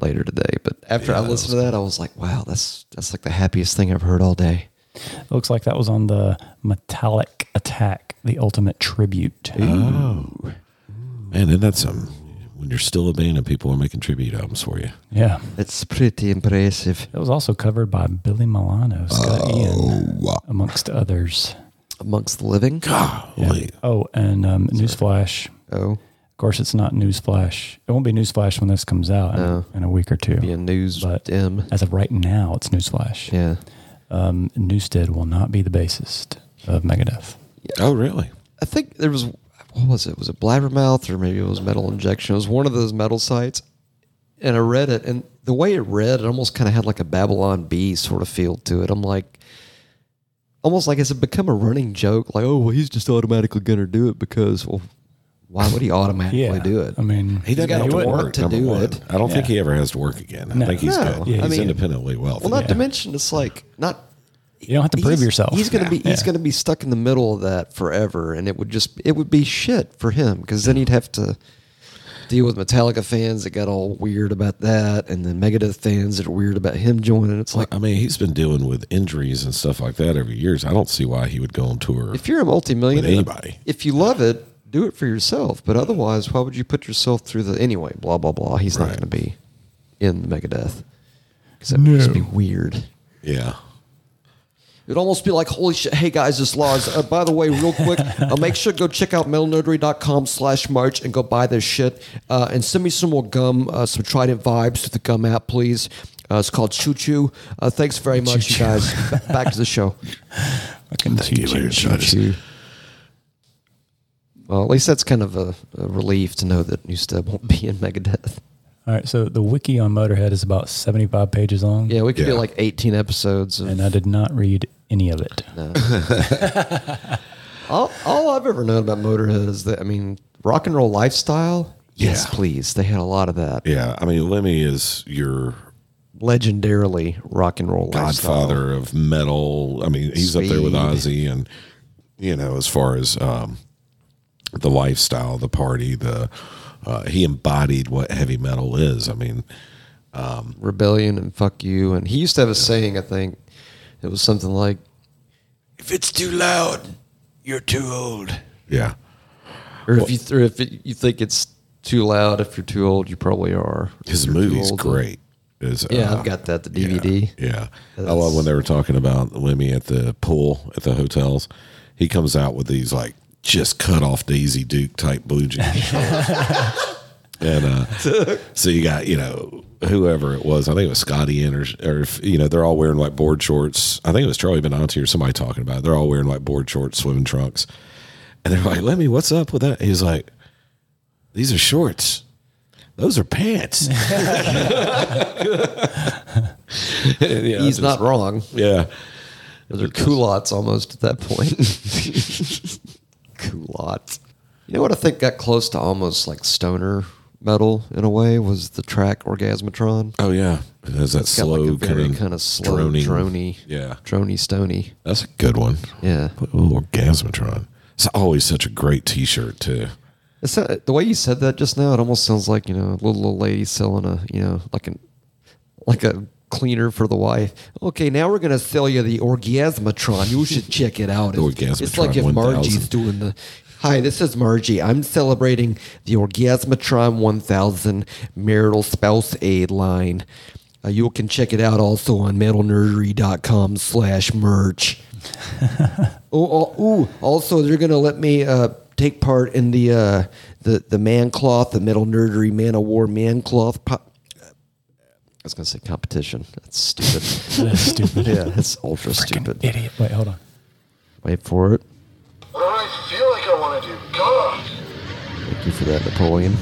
[SPEAKER 1] later today. But after I listened to that, I was like, wow, that's that's like the happiest thing I've heard all day.
[SPEAKER 3] It looks like that was on the Metallic Attack, the Ultimate Tribute.
[SPEAKER 2] Oh. man, isn't that something? When you're still a band and people are making tribute albums for you.
[SPEAKER 3] Yeah.
[SPEAKER 1] It's pretty impressive.
[SPEAKER 3] It was also covered by Billy Milano, Scott
[SPEAKER 1] Oh,
[SPEAKER 3] Ian, amongst others.
[SPEAKER 1] Amongst the living.
[SPEAKER 2] Golly.
[SPEAKER 3] Oh, and um, Newsflash.
[SPEAKER 1] Oh,
[SPEAKER 3] Of course, it's not Newsflash. It won't be Newsflash when this comes out in,
[SPEAKER 1] No.
[SPEAKER 3] in a week or two.
[SPEAKER 1] be a news
[SPEAKER 3] But-
[SPEAKER 1] dim.
[SPEAKER 3] As of right now, it's Newsflash.
[SPEAKER 1] Yeah.
[SPEAKER 3] Um, Newstead will not be the bassist of Megadeth.
[SPEAKER 2] Oh, really?
[SPEAKER 1] I think there was what was it? Was it Blabbermouth or maybe it was Metal Injection? It was one of those metal sites, and I read it, and the way it read, it almost kind of had like a Babylon B sort of feel to it. I'm like, almost like it's become a running joke, like, oh, well, he's just automatically gonna do it because, well, why would he automatically do it?
[SPEAKER 3] I mean,
[SPEAKER 2] He doesn't
[SPEAKER 1] gotta
[SPEAKER 2] have to
[SPEAKER 1] do it.
[SPEAKER 2] work
[SPEAKER 1] To
[SPEAKER 2] number
[SPEAKER 1] do
[SPEAKER 2] one.
[SPEAKER 1] it.
[SPEAKER 2] I don't think
[SPEAKER 3] Yeah.
[SPEAKER 2] he ever has to work again. I
[SPEAKER 3] No.
[SPEAKER 2] think he's
[SPEAKER 1] No.
[SPEAKER 2] good.
[SPEAKER 1] Yeah,
[SPEAKER 2] he's
[SPEAKER 1] I mean-
[SPEAKER 2] independently wealthy.
[SPEAKER 1] well, not to
[SPEAKER 3] Yeah.
[SPEAKER 1] mention it's like not
[SPEAKER 3] you don't have to prove
[SPEAKER 1] he's-
[SPEAKER 3] yourself.
[SPEAKER 1] He's gonna be he's
[SPEAKER 3] Yeah.
[SPEAKER 1] gonna be stuck in the middle of that forever, and it would just it would be shit for him because then he'd have to deal with Metallica fans that got all weird about that, and then Megadeth fans that are weird about him joining. It's like
[SPEAKER 2] I mean, he's been dealing with injuries and stuff like that over years. I don't see why he would go on tour.
[SPEAKER 1] if you're a multimillionaire,
[SPEAKER 2] With anybody.
[SPEAKER 1] if you love it, do it for yourself. But otherwise, why would you put yourself through the anyway? Blah blah blah. He's not
[SPEAKER 2] Right.
[SPEAKER 1] gonna be in Megadeth because that would just be weird.
[SPEAKER 2] yeah.
[SPEAKER 1] It'd almost be like, holy shit, hey guys, this law is, uh, by the way, real quick, uh, make sure to go check out metalnerdery.com slash merch and go buy this shit. Uh, and send me some more gum, uh, some Trident vibes to the gum app, please. Uh, it's called Choo Choo. Uh, thanks very much, you guys. Ba- Back to the show.
[SPEAKER 3] Fucking choo-
[SPEAKER 2] you later,
[SPEAKER 3] choo-
[SPEAKER 2] Titus.
[SPEAKER 3] choo- choo.
[SPEAKER 1] Well, at least that's kind of a, a relief to know that Newstead won't be in Megadeth.
[SPEAKER 3] All right, so the wiki on Motorhead is about 75 pages long,
[SPEAKER 1] Yeah, we could do
[SPEAKER 2] Yeah.
[SPEAKER 1] like 18 episodes. Of,
[SPEAKER 3] and I did not read any of it.
[SPEAKER 1] all, all I've ever known about Motorhead is that, I mean, rock and roll lifestyle. Yes,
[SPEAKER 2] Yeah.
[SPEAKER 1] please. They had a lot of that.
[SPEAKER 2] Yeah. I mean, Lemmy is your
[SPEAKER 1] legendarily rock and roll
[SPEAKER 2] godfather of metal. I mean, he's up there with
[SPEAKER 1] Speed.
[SPEAKER 2] Ozzy and, you know, as far as um, the lifestyle, the party, the. Uh, he embodied what heavy metal is. I mean,
[SPEAKER 1] lifestyle. rebellion and fuck you and he used to have a saying i think it was something like
[SPEAKER 2] if it's too loud, you're too old. Yeah.
[SPEAKER 1] or if you or if it, you think it's too loud if you're too old you probably are If
[SPEAKER 2] His
[SPEAKER 1] you're too
[SPEAKER 2] movie's
[SPEAKER 1] old,
[SPEAKER 2] great. Is,
[SPEAKER 1] yeah
[SPEAKER 2] uh,
[SPEAKER 1] i've got that the
[SPEAKER 2] yeah,
[SPEAKER 1] dvd
[SPEAKER 2] Yeah. I
[SPEAKER 1] That's-
[SPEAKER 2] love when they were talking about Lemmy at the pool at the hotels. He comes out with these like just cut off Daisy Duke type blue jeans. and uh, so you got, you know, whoever it was, I think it was Scotty and or, or you know, they're all wearing like board shorts. I think it was Charlie Benanti or somebody talking about it. They're all wearing like board shorts, swimming trunks. And they're like, Lemmy, what's up with that? He's like, these are shorts. Those are pants. Yeah,
[SPEAKER 1] he's
[SPEAKER 2] just-
[SPEAKER 1] not wrong
[SPEAKER 2] Yeah.
[SPEAKER 1] those are culottes almost at that point culottes you know what i think got close to almost like stoner metal in a way was the track Orgasmatron.
[SPEAKER 2] Oh yeah, it has that
[SPEAKER 1] It's got like
[SPEAKER 2] slow
[SPEAKER 1] a very
[SPEAKER 2] kind
[SPEAKER 1] kind
[SPEAKER 2] of
[SPEAKER 1] of slow, drony, drony,
[SPEAKER 2] Yeah,
[SPEAKER 1] stony.
[SPEAKER 2] that's a good one.
[SPEAKER 1] Yeah,
[SPEAKER 2] Ooh, Orgasmatron. It's always such a great T-shirt too.
[SPEAKER 1] it's not, the way you said that just now. It almost sounds like you know a little old lady selling a you know like an like a cleaner for the wife. Okay, now we're gonna sell you the Orgasmatron. You should check it out.
[SPEAKER 2] The
[SPEAKER 1] It's- It's like
[SPEAKER 2] Orgasmatron
[SPEAKER 1] if
[SPEAKER 2] 1000.
[SPEAKER 1] Margie's doing the. Hi, this is Margie. I'm celebrating the Orgasmatron 1000 marital spouse aid line. Uh, you can check it out also on metalnerdery.com slash merch. Oh, oh, ooh, also they're gonna let me uh, take part in the uh, the the man cloth, the metal nerdery man of war man cloth. Po- I was gonna say competition. That's stupid.
[SPEAKER 3] That's stupid.
[SPEAKER 1] yeah, that's ultra stupid.
[SPEAKER 3] Idiot. Wait, hold on.
[SPEAKER 1] Wait for it.
[SPEAKER 7] What do I feel like I want to do? God.
[SPEAKER 1] Thank you for that, Napoleon.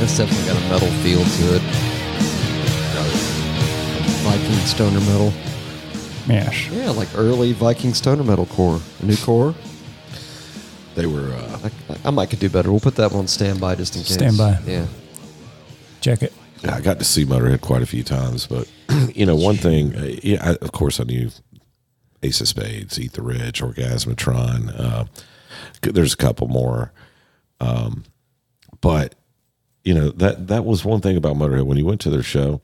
[SPEAKER 1] That's definitely got a metal feel to it. Viking stoner metal.
[SPEAKER 3] Mash.
[SPEAKER 1] Yeah, like early Viking stoner metal core. A new core.
[SPEAKER 2] They were. Uh,
[SPEAKER 1] I, I might could do better. We'll put that one standby just in case.
[SPEAKER 3] Standby.
[SPEAKER 1] Yeah.
[SPEAKER 3] Check it.
[SPEAKER 2] yeah, I got to see Motorhead quite a few times, but you know, one thing. uh, Yeah, I, of course, I knew Ace of Spades, Eat the Rich, Orgasmatron. Uh, c- there's a couple more, um, but you know that that was one thing about Motorhead when you went to their show.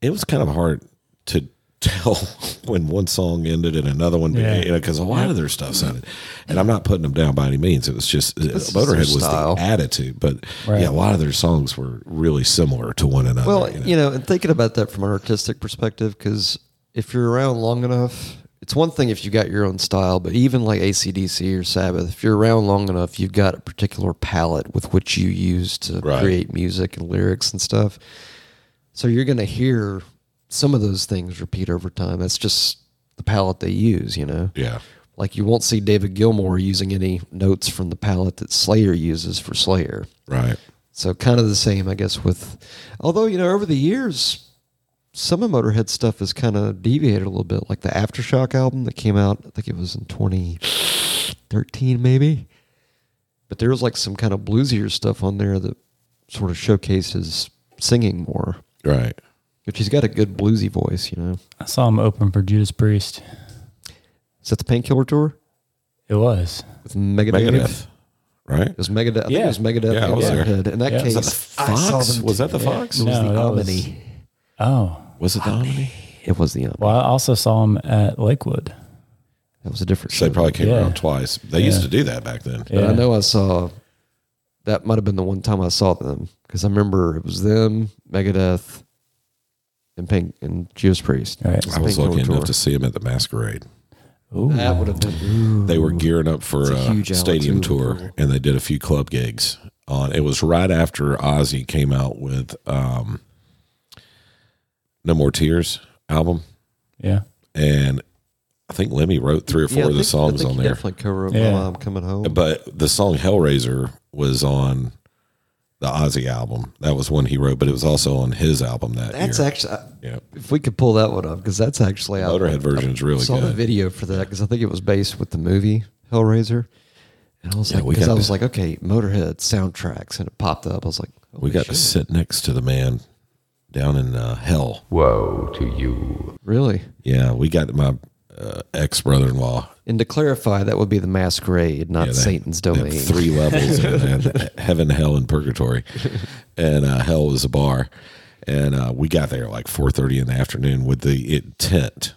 [SPEAKER 2] It was kind of hard to tell when one song ended and another one,
[SPEAKER 3] Yeah.
[SPEAKER 2] you know, because a lot of their stuff sounded. And I'm not putting them down by any means. It was just
[SPEAKER 1] is their
[SPEAKER 2] Motorhead was
[SPEAKER 1] style.
[SPEAKER 2] the attitude, but
[SPEAKER 3] Right.
[SPEAKER 2] yeah, a lot of their songs were really similar to one another.
[SPEAKER 1] Well, you know, and thinking about that from an artistic perspective, because if you're around long enough, it's one thing if you got your own style, but even like ACDC or Sabbath, if you're around long enough, you've got a particular palette with which you use to
[SPEAKER 2] Right.
[SPEAKER 1] create music and lyrics and stuff. So you're going to hear some of those things repeat over time. That's just the palette they use, you know?
[SPEAKER 2] yeah,
[SPEAKER 1] Like you won't see David Gilmour using any notes from the palette that Slayer uses for Slayer.
[SPEAKER 2] right.
[SPEAKER 1] So kind of the same, I guess. With although you know over the years, some of Motorhead stuff has kind of deviated a little bit. Like the Aftershock album that came out, I think it was in 2013, maybe. But there was like some kind of bluesier stuff on there that sort of showcased his singing more.
[SPEAKER 2] Right.
[SPEAKER 1] Which he's got a good bluesy voice, you know.
[SPEAKER 3] I saw him open for Judas Priest.
[SPEAKER 1] Is that the Painkiller tour
[SPEAKER 3] It was.
[SPEAKER 1] with Megadeth?
[SPEAKER 2] Megadeth. Right.
[SPEAKER 1] It was Megadeth. I think
[SPEAKER 3] Yeah.
[SPEAKER 1] it was Megadeth.
[SPEAKER 2] Yeah, I
[SPEAKER 1] and
[SPEAKER 2] was there.
[SPEAKER 1] Motorhead. In that
[SPEAKER 3] Yeah.
[SPEAKER 1] case,
[SPEAKER 3] Was that
[SPEAKER 1] I saw
[SPEAKER 2] Fox?
[SPEAKER 1] them
[SPEAKER 2] Was that the
[SPEAKER 1] together.
[SPEAKER 2] Fox?
[SPEAKER 1] It was
[SPEAKER 3] No,
[SPEAKER 1] the
[SPEAKER 3] that was-
[SPEAKER 1] Omni.
[SPEAKER 3] Oh.
[SPEAKER 2] Was it the Omni?
[SPEAKER 1] It was the Omni.
[SPEAKER 3] Well, I also saw him at Lakewood.
[SPEAKER 1] That was a different
[SPEAKER 2] So
[SPEAKER 1] show.
[SPEAKER 2] they probably came
[SPEAKER 3] Yeah.
[SPEAKER 2] around twice. They used to do that back then.
[SPEAKER 1] But
[SPEAKER 3] Yeah.
[SPEAKER 1] I know I saw that might have been the one time I saw them because I remember it was them, Megadeth, and Pink and Judas Priest.
[SPEAKER 3] All right.
[SPEAKER 2] I was
[SPEAKER 1] Painkiller
[SPEAKER 2] lucky enough
[SPEAKER 1] tour.
[SPEAKER 2] to see them at the Masquerade.
[SPEAKER 3] Ooh.
[SPEAKER 1] That would have been
[SPEAKER 2] They were gearing up for
[SPEAKER 1] It's a
[SPEAKER 2] a,
[SPEAKER 1] huge outlet,
[SPEAKER 2] stadium
[SPEAKER 1] too.
[SPEAKER 2] tour, and they did a few club gigs. On it was right after Ozzy came out with um, "No More Tears" album,
[SPEAKER 3] Yeah.
[SPEAKER 2] and I think Lemmy wrote three or four
[SPEAKER 1] Yeah, I
[SPEAKER 2] of the
[SPEAKER 1] think- I
[SPEAKER 2] songs
[SPEAKER 1] think
[SPEAKER 2] on
[SPEAKER 1] he
[SPEAKER 2] there.
[SPEAKER 1] Definitely co-wrote
[SPEAKER 3] Yeah.
[SPEAKER 1] While I'm coming home.
[SPEAKER 2] But the song "Hellraiser" was on the Ozzy album. That was one he wrote, but it was also on his album that
[SPEAKER 1] That's
[SPEAKER 2] year.
[SPEAKER 1] actually
[SPEAKER 2] yeah,
[SPEAKER 1] if we could pull that one up because that's actually out.
[SPEAKER 2] Motorhead version is
[SPEAKER 1] I
[SPEAKER 2] really
[SPEAKER 1] saw the
[SPEAKER 2] good.
[SPEAKER 1] video for that because I think it was based with the movie Hellraiser, And I was
[SPEAKER 2] Yeah,
[SPEAKER 1] like,
[SPEAKER 2] we
[SPEAKER 1] because
[SPEAKER 2] got
[SPEAKER 1] I was
[SPEAKER 2] the-
[SPEAKER 1] like, okay, Motorhead soundtracks, and it popped up. I was like,
[SPEAKER 2] We
[SPEAKER 1] holy
[SPEAKER 2] got
[SPEAKER 1] shit,
[SPEAKER 2] to sit next to the man down in uh, hell.
[SPEAKER 8] Woe to you.
[SPEAKER 1] really.
[SPEAKER 2] Yeah, we got my uh, ex brother in law.
[SPEAKER 1] And to clarify, that would be the Masquerade, not Satan's Domain.
[SPEAKER 2] Three levels in that, heaven, hell, and purgatory. And uh, hell was a bar. And uh, we got there at like four thirty in the afternoon with the intent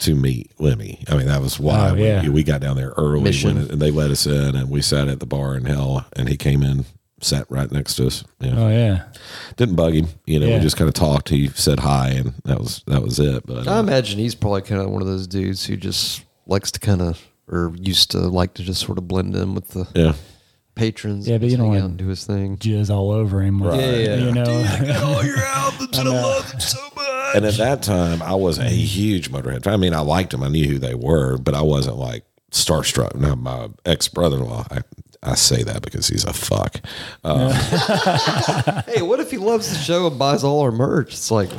[SPEAKER 2] to meet Lemmy. I mean, that was why
[SPEAKER 3] Oh,
[SPEAKER 2] we-
[SPEAKER 3] yeah.
[SPEAKER 2] we, got down there early
[SPEAKER 1] Mission.
[SPEAKER 2] when it- and they let us in, and we sat at the bar in hell, and he came in, sat right next to us. Yeah.
[SPEAKER 3] Oh yeah.
[SPEAKER 2] didn't bug him. You know,
[SPEAKER 3] Yeah.
[SPEAKER 2] we just kind of talked. He said hi, and that was that was it. But
[SPEAKER 1] I
[SPEAKER 2] uh,
[SPEAKER 1] imagine he's probably kind of one of those dudes who just likes to kind of or used to like to just sort of blend in with the
[SPEAKER 2] yeah,
[SPEAKER 1] patrons.
[SPEAKER 3] Yeah,
[SPEAKER 1] and
[SPEAKER 3] but
[SPEAKER 1] just
[SPEAKER 3] you don't
[SPEAKER 1] hang
[SPEAKER 3] wanna-
[SPEAKER 1] out and do his thing.
[SPEAKER 3] Jizz all over him. With,
[SPEAKER 2] Right. Yeah, yeah.
[SPEAKER 3] You know.
[SPEAKER 2] all your albums, and I love them so much. And at that time, I wasn't
[SPEAKER 1] Mm-hmm.
[SPEAKER 2] a huge Motorhead fan. I mean, I liked them. I knew who they were, but I wasn't like starstruck. Now my ex brother in law. I, I say that because he's a fuck. Uh,
[SPEAKER 1] Hey, what if he loves the show and buys all our merch? It's like,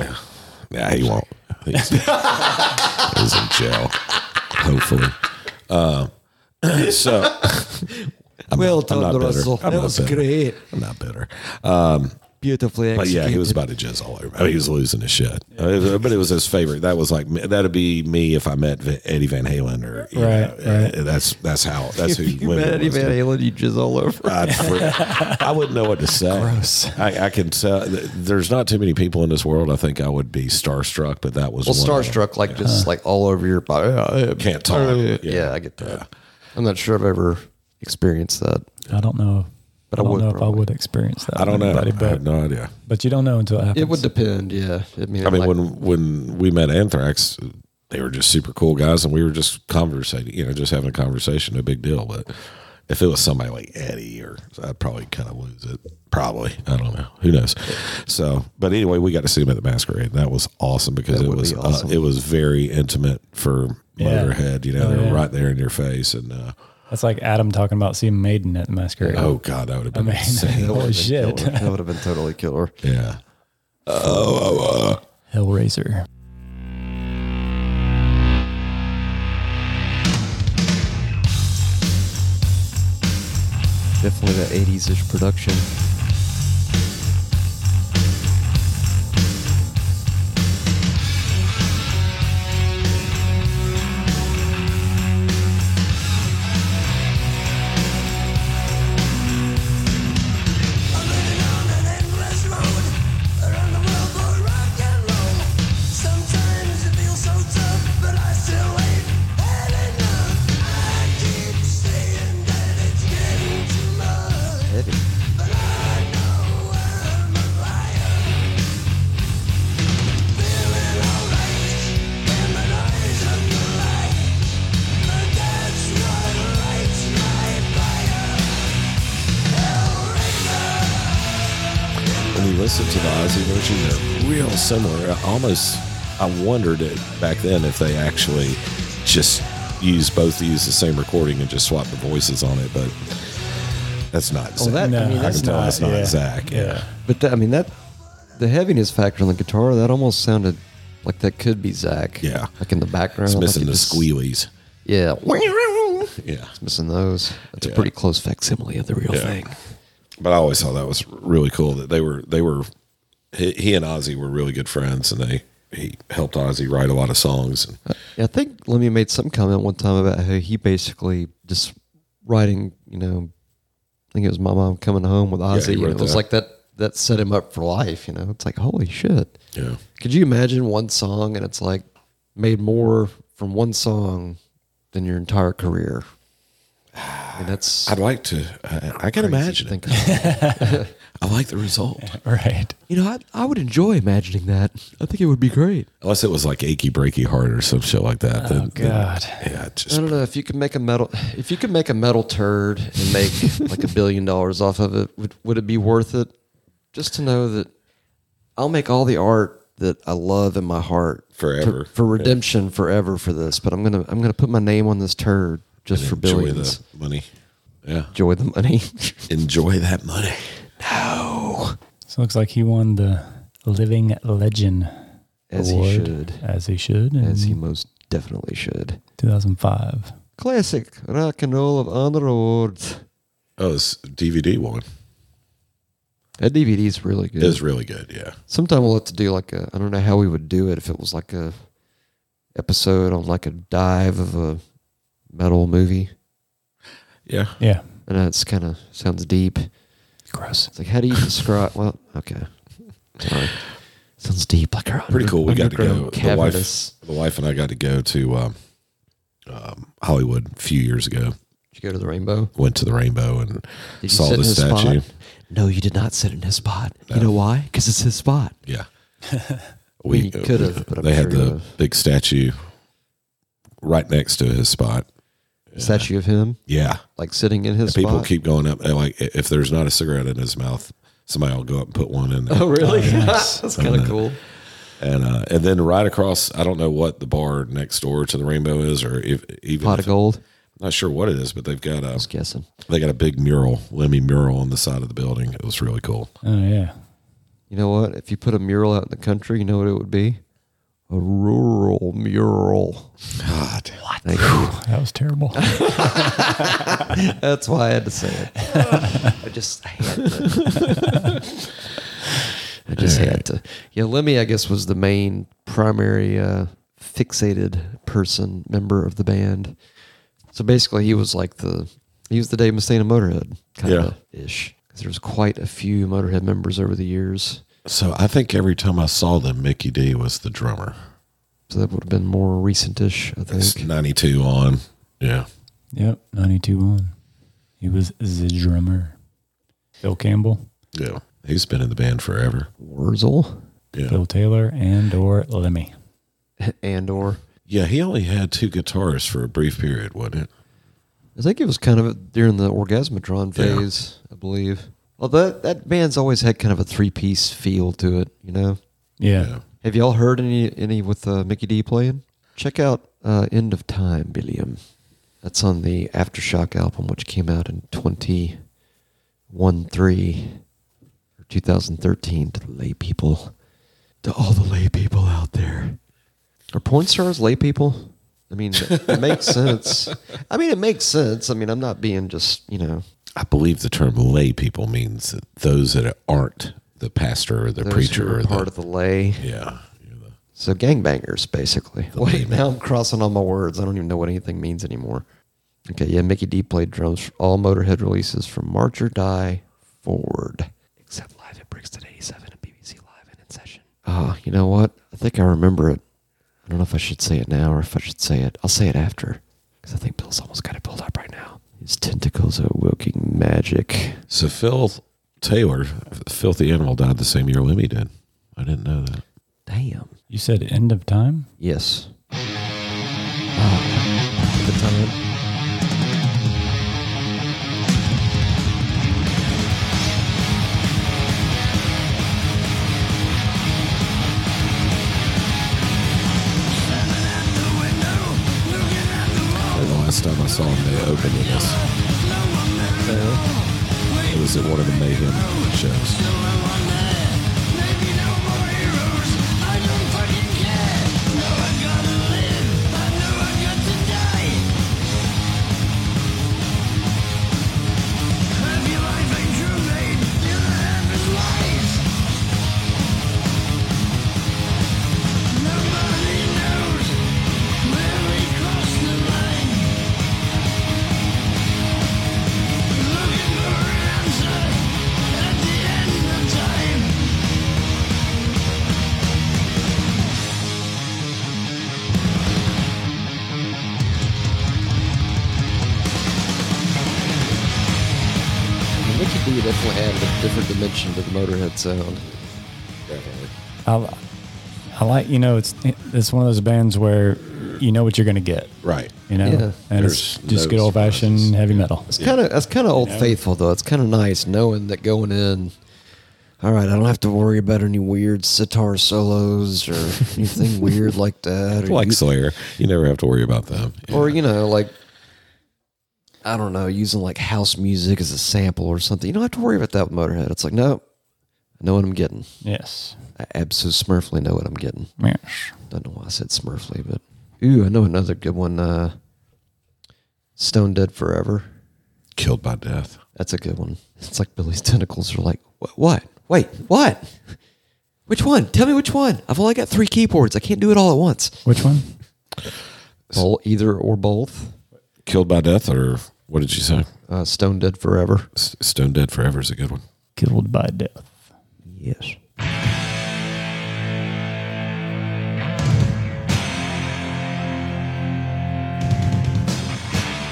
[SPEAKER 2] Yeah, he won't. He's, he's in jail, hopefully. Um, so. I'm
[SPEAKER 1] well
[SPEAKER 2] not- I'm not
[SPEAKER 1] done,
[SPEAKER 2] bitter.
[SPEAKER 1] Russell.
[SPEAKER 2] I'm
[SPEAKER 1] that
[SPEAKER 2] not
[SPEAKER 1] was
[SPEAKER 2] bitter.
[SPEAKER 1] great.
[SPEAKER 2] I'm not bitter.
[SPEAKER 1] Beautifully
[SPEAKER 2] But
[SPEAKER 1] executed.
[SPEAKER 2] yeah, he was about to jizz all over. I mean, he was losing his shit. Uh, it was- But it was his favorite. That was like that'd be me if I met Va- Eddie Van Halen or you
[SPEAKER 3] Right,
[SPEAKER 2] know,
[SPEAKER 3] right.
[SPEAKER 2] uh, That's that's how that's who
[SPEAKER 1] you
[SPEAKER 2] women
[SPEAKER 1] met Eddie
[SPEAKER 2] was to
[SPEAKER 1] Van
[SPEAKER 2] me.
[SPEAKER 1] Halen, you jizz all over.
[SPEAKER 2] I'd fr- I wouldn't know what to say.
[SPEAKER 3] Gross.
[SPEAKER 2] I, I can tell. th- There's not too many people in this world. I think I would be starstruck, but that was
[SPEAKER 1] Well,
[SPEAKER 2] one of them.
[SPEAKER 1] starstruck, like
[SPEAKER 3] Uh-huh.
[SPEAKER 1] just like all over your body.
[SPEAKER 2] Can't talk.
[SPEAKER 1] Yeah,
[SPEAKER 2] Yeah.
[SPEAKER 1] I get that. I'm not sure I've ever experienced that.
[SPEAKER 3] I don't know.
[SPEAKER 1] But
[SPEAKER 3] I
[SPEAKER 1] I
[SPEAKER 3] don't
[SPEAKER 1] would
[SPEAKER 3] know if I
[SPEAKER 1] probably.
[SPEAKER 3] would experience that.
[SPEAKER 2] I
[SPEAKER 3] with
[SPEAKER 2] don't know.
[SPEAKER 3] anybody,
[SPEAKER 2] I
[SPEAKER 3] but
[SPEAKER 2] have no idea.
[SPEAKER 3] but you don't know until it happens.
[SPEAKER 1] It would depend. Yeah, I mean,
[SPEAKER 2] I mean,
[SPEAKER 1] like-
[SPEAKER 2] when when we met Anthrax, they were just super cool guys, and we were just conversating, you know, just having a conversation, no big deal. But if it was somebody like Eddie, or I'd probably kind of lose it. Probably, I don't know. Who knows? So, but anyway, we got to see him at the masquerade, and that was awesome because
[SPEAKER 1] That
[SPEAKER 2] it
[SPEAKER 1] would
[SPEAKER 2] was
[SPEAKER 1] be awesome.
[SPEAKER 2] uh, it was very intimate for
[SPEAKER 3] Yeah.
[SPEAKER 2] Motorhead. You know,
[SPEAKER 3] Oh,
[SPEAKER 2] they were
[SPEAKER 3] yeah.
[SPEAKER 2] right there in your face, and uh,
[SPEAKER 3] That's like Adam talking about seeing Maiden at the masquerade.
[SPEAKER 2] oh god, that would have
[SPEAKER 3] I
[SPEAKER 2] been
[SPEAKER 3] mean,
[SPEAKER 2] insane.
[SPEAKER 3] holy
[SPEAKER 1] That would've been
[SPEAKER 3] shit.
[SPEAKER 1] killer. That would have been totally killer.
[SPEAKER 2] Yeah.
[SPEAKER 1] Oh,
[SPEAKER 3] Hellraiser.
[SPEAKER 1] Definitely that 80s ish production. Heavy.
[SPEAKER 2] when you listen to the Ozzy version, they're real similar. I almost, I wondered it back then if they actually just use both use the same recording and just swap the voices on it, but that's not. Zach.
[SPEAKER 1] that- I
[SPEAKER 3] No,
[SPEAKER 1] mean,
[SPEAKER 2] I
[SPEAKER 1] that's
[SPEAKER 2] can tell that's not
[SPEAKER 3] yeah.
[SPEAKER 2] Zach. Yeah,
[SPEAKER 1] But that, I mean, that the heaviness factor on the guitar, that almost sounded like that could be Zach.
[SPEAKER 2] Yeah.
[SPEAKER 1] Like in the background.
[SPEAKER 2] it's
[SPEAKER 1] like
[SPEAKER 2] missing
[SPEAKER 1] it
[SPEAKER 2] the
[SPEAKER 1] just-
[SPEAKER 2] squealies.
[SPEAKER 1] Yeah.
[SPEAKER 2] Yeah,
[SPEAKER 1] It's missing those. That's
[SPEAKER 2] Yeah.
[SPEAKER 1] a pretty close facsimile of the real
[SPEAKER 2] Yeah.
[SPEAKER 1] thing.
[SPEAKER 2] but I always thought that was really cool that they were they were he, he and Ozzy were really good friends, and they he helped Ozzy write a lot of songs. And,
[SPEAKER 1] Yeah, I think Lemmy made some comment one time about how he basically just writing, you know, I think it was my mom coming home with Ozzy.
[SPEAKER 2] he
[SPEAKER 1] and
[SPEAKER 2] wrote
[SPEAKER 1] it was
[SPEAKER 2] that.
[SPEAKER 1] like that that set him up for life, you know. It's like, holy shit.
[SPEAKER 2] yeah,
[SPEAKER 1] Could you imagine one song and it's like made more from one song than your entire career? I mean, that's
[SPEAKER 2] I'd like to. uh, I, I
[SPEAKER 1] crazy
[SPEAKER 2] can
[SPEAKER 1] to
[SPEAKER 2] imagine.
[SPEAKER 1] think
[SPEAKER 2] It.
[SPEAKER 1] of.
[SPEAKER 2] I like the result.
[SPEAKER 3] Right.
[SPEAKER 1] you know, I, I would enjoy imagining that. I think it would be great.
[SPEAKER 2] Unless it was like achy breaky heart or some shit like that.
[SPEAKER 3] Oh God.
[SPEAKER 2] yeah, it
[SPEAKER 1] I
[SPEAKER 2] just
[SPEAKER 1] don't know if you could make a metal if you could make a metal turd and make like a billion dollars off of it. Would would it be worth it? Just to know that I'll make all the art that I love in my heart
[SPEAKER 2] Forever.
[SPEAKER 1] for, for redemption forever for this. But I'm gonna I'm gonna put my name on this turd just for
[SPEAKER 2] enjoy
[SPEAKER 1] billions.
[SPEAKER 2] the money. Yeah,
[SPEAKER 1] enjoy the money.
[SPEAKER 2] enjoy that money.
[SPEAKER 3] So it looks like he won the Living Legend
[SPEAKER 1] As he
[SPEAKER 3] award, Mm.
[SPEAKER 1] should.
[SPEAKER 3] as he should,
[SPEAKER 1] as
[SPEAKER 3] in
[SPEAKER 1] he most definitely should.
[SPEAKER 3] 2005.
[SPEAKER 1] Classic rock and roll of honor awards.
[SPEAKER 2] Oh, this DVD one
[SPEAKER 1] That DVD's really good.
[SPEAKER 2] is really good. Yeah.
[SPEAKER 1] Sometime we'll have to do like a. I don't know how we would do it if it was like a episode on like a dive of a metal movie.
[SPEAKER 2] Yeah.
[SPEAKER 3] Yeah.
[SPEAKER 1] I know it's kind of sounds deep.
[SPEAKER 3] Gross.
[SPEAKER 1] It's like how do you describe? well, okay. Sorry. Sounds deep, like our
[SPEAKER 2] Pretty cool. We got to go. The wife,
[SPEAKER 1] Cavendish.
[SPEAKER 2] the wife and I got to go to um, um, Hollywood a few years ago.
[SPEAKER 1] Did you go to the Rainbow?
[SPEAKER 2] Went to the Rainbow and
[SPEAKER 1] Did you
[SPEAKER 2] saw
[SPEAKER 1] sit in
[SPEAKER 2] the
[SPEAKER 1] his
[SPEAKER 2] statue.
[SPEAKER 1] spot? No, you did not sit in his spot. You know why? Because it's his spot.
[SPEAKER 2] Yeah.
[SPEAKER 1] mean, you could've, but I'm
[SPEAKER 2] uh, they had
[SPEAKER 1] sure you
[SPEAKER 2] the
[SPEAKER 1] would've.
[SPEAKER 2] big statue right next to his spot.
[SPEAKER 1] Statue of him,
[SPEAKER 2] Yeah.
[SPEAKER 1] like sitting in his
[SPEAKER 2] People
[SPEAKER 1] spot.
[SPEAKER 2] keep going up. and, Like, if there's not a cigarette in his mouth, somebody will go up and put one in there.
[SPEAKER 1] oh, really? That's kind
[SPEAKER 2] Uh,
[SPEAKER 1] of cool.
[SPEAKER 2] And, uh, and then right across, I don't know what the bar next door to the rainbow is, or if even
[SPEAKER 1] Pot
[SPEAKER 2] if-
[SPEAKER 1] of gold.
[SPEAKER 2] not sure what it is, but they've got a
[SPEAKER 1] Just guessing.
[SPEAKER 2] they got a big mural, Lemmy mural on the side of the building. It was really cool.
[SPEAKER 3] Oh yeah.
[SPEAKER 1] You know what? If you put a mural out in the country, you know what it would be? A rural mural.
[SPEAKER 2] God,
[SPEAKER 1] Thank you.
[SPEAKER 3] That was terrible.
[SPEAKER 1] That's why I had to say it. I just I had to. I just had to. Yeah, Lemmy, I guess, was the main primary uh, fixated person member of the band. So basically, he was like the he was the Dave Mustaine of Motorhead kind of ish. Because there was quite a few Motorhead members over the years,
[SPEAKER 2] So I think every time I saw them, Mickey D was the drummer.
[SPEAKER 1] so that would have been more recentish. I
[SPEAKER 2] It's
[SPEAKER 1] think.
[SPEAKER 2] ninety two on. Yeah.
[SPEAKER 3] yep. Ninety-two one. He was the drummer. Bill Campbell,
[SPEAKER 2] Yeah. He's been in the band forever.
[SPEAKER 1] Wurzel
[SPEAKER 2] Oh.
[SPEAKER 3] Bill Taylor, and or Lemmy.
[SPEAKER 1] and or
[SPEAKER 2] Yeah, he only had two guitarists for a brief period, wasn't it?
[SPEAKER 1] I think it was kind of during the Orgasmatron
[SPEAKER 2] Yeah.
[SPEAKER 1] phase, I believe. Well, that that band's always had kind of a three piece feel to it, you know.
[SPEAKER 3] Yeah.
[SPEAKER 1] Have y'all heard any any with uh, Mickey D playing? Check out uh, "End of Time," Billiam. That's on the Aftershock album, which came out in twenty one three or two thousand thirteen. To the lay people, to all the lay people out there, are porn stars lay people? I mean, it it makes sense. I mean, it makes sense. I mean, I'm not being just you know
[SPEAKER 2] I believe the term lay people means that those that aren't the pastor or the
[SPEAKER 1] those
[SPEAKER 2] preacher
[SPEAKER 1] who are
[SPEAKER 2] or
[SPEAKER 1] part
[SPEAKER 2] the,
[SPEAKER 1] of the lay.
[SPEAKER 2] Yeah. You're the-
[SPEAKER 1] So gangbangers, basically. Wait, now I'm crossing all my words. I don't even know what anything means anymore. Okay, yeah, Mickey D played drums for all Motorhead releases from March or Die forward, except live at Brixton 87 and BBC Live and In Session. Ah, you know what? I think I remember it. I don't know if I should say it now or if I should say it. I'll say it after, because I think Bill's almost got it pulled up right now. His tentacles are working magic.
[SPEAKER 2] So Phil Taylor, Filthy Animal, died the same year Lemmy did. I didn't know that.
[SPEAKER 1] Damn.
[SPEAKER 3] You said end of time.
[SPEAKER 1] Yes. Ah, good time.
[SPEAKER 2] And the last time I saw him, they opened with us. It was at one of the Mayhem shows.
[SPEAKER 1] Mickey D definitely added a different dimension to the Motorhead sound.
[SPEAKER 3] I, I like you know it's it's one of those bands where you know what you're gonna get.
[SPEAKER 2] Right.
[SPEAKER 3] You know,
[SPEAKER 1] Yeah.
[SPEAKER 3] and it's
[SPEAKER 2] There's
[SPEAKER 3] just
[SPEAKER 2] no
[SPEAKER 3] good old fashioned
[SPEAKER 2] surprises.
[SPEAKER 3] heavy metal.
[SPEAKER 1] It's kind of that's kind of old faithful though. It's kind of nice knowing that going in. All right, I don't have to worry about any weird sitar solos or anything weird like that. Or,
[SPEAKER 2] Like
[SPEAKER 1] you,
[SPEAKER 2] Slayer, you never have to worry about them.
[SPEAKER 1] or you know, like I don't know, using like house music as a sample or something. You don't have to worry about that with Motorhead. It's like no, I know what I'm getting.
[SPEAKER 3] Yes.
[SPEAKER 1] I absolutely smurfly know what I'm getting.
[SPEAKER 3] Yes.
[SPEAKER 1] Don't know why I said Smurfly, but ooh, I know another good one. Uh, Stone Dead Forever.
[SPEAKER 2] killed by death.
[SPEAKER 1] That's a good one. It's like Billy's tentacles are like, "Wh- what? Wait, what? Which one? Tell me which one. I've only got three keyboards. I can't do it all at once.
[SPEAKER 3] Which one?
[SPEAKER 1] Bo- either or both.
[SPEAKER 2] Killed by Death or what did you say?
[SPEAKER 1] Uh, Stone Dead Forever.
[SPEAKER 2] S- Stone Dead Forever is a good one.
[SPEAKER 3] Killed by death.
[SPEAKER 1] Yes.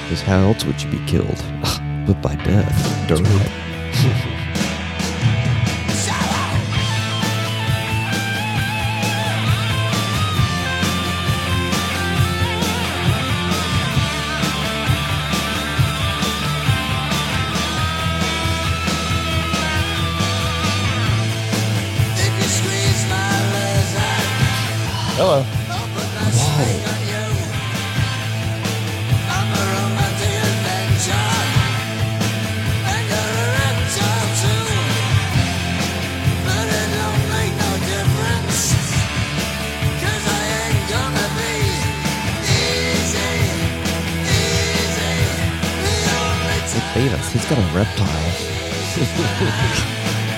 [SPEAKER 1] Because how else would you be killed? but by death. Dirt.
[SPEAKER 5] If you squeeze my lizard,
[SPEAKER 3] Hello.
[SPEAKER 5] I'll put that sting on you. I'm a romantic adventure, and you're a reptile too. But it don't make no difference, 'cause I ain't gonna be easy, easy. The only time
[SPEAKER 1] Beavis, he's got a reptile.
[SPEAKER 5] you might get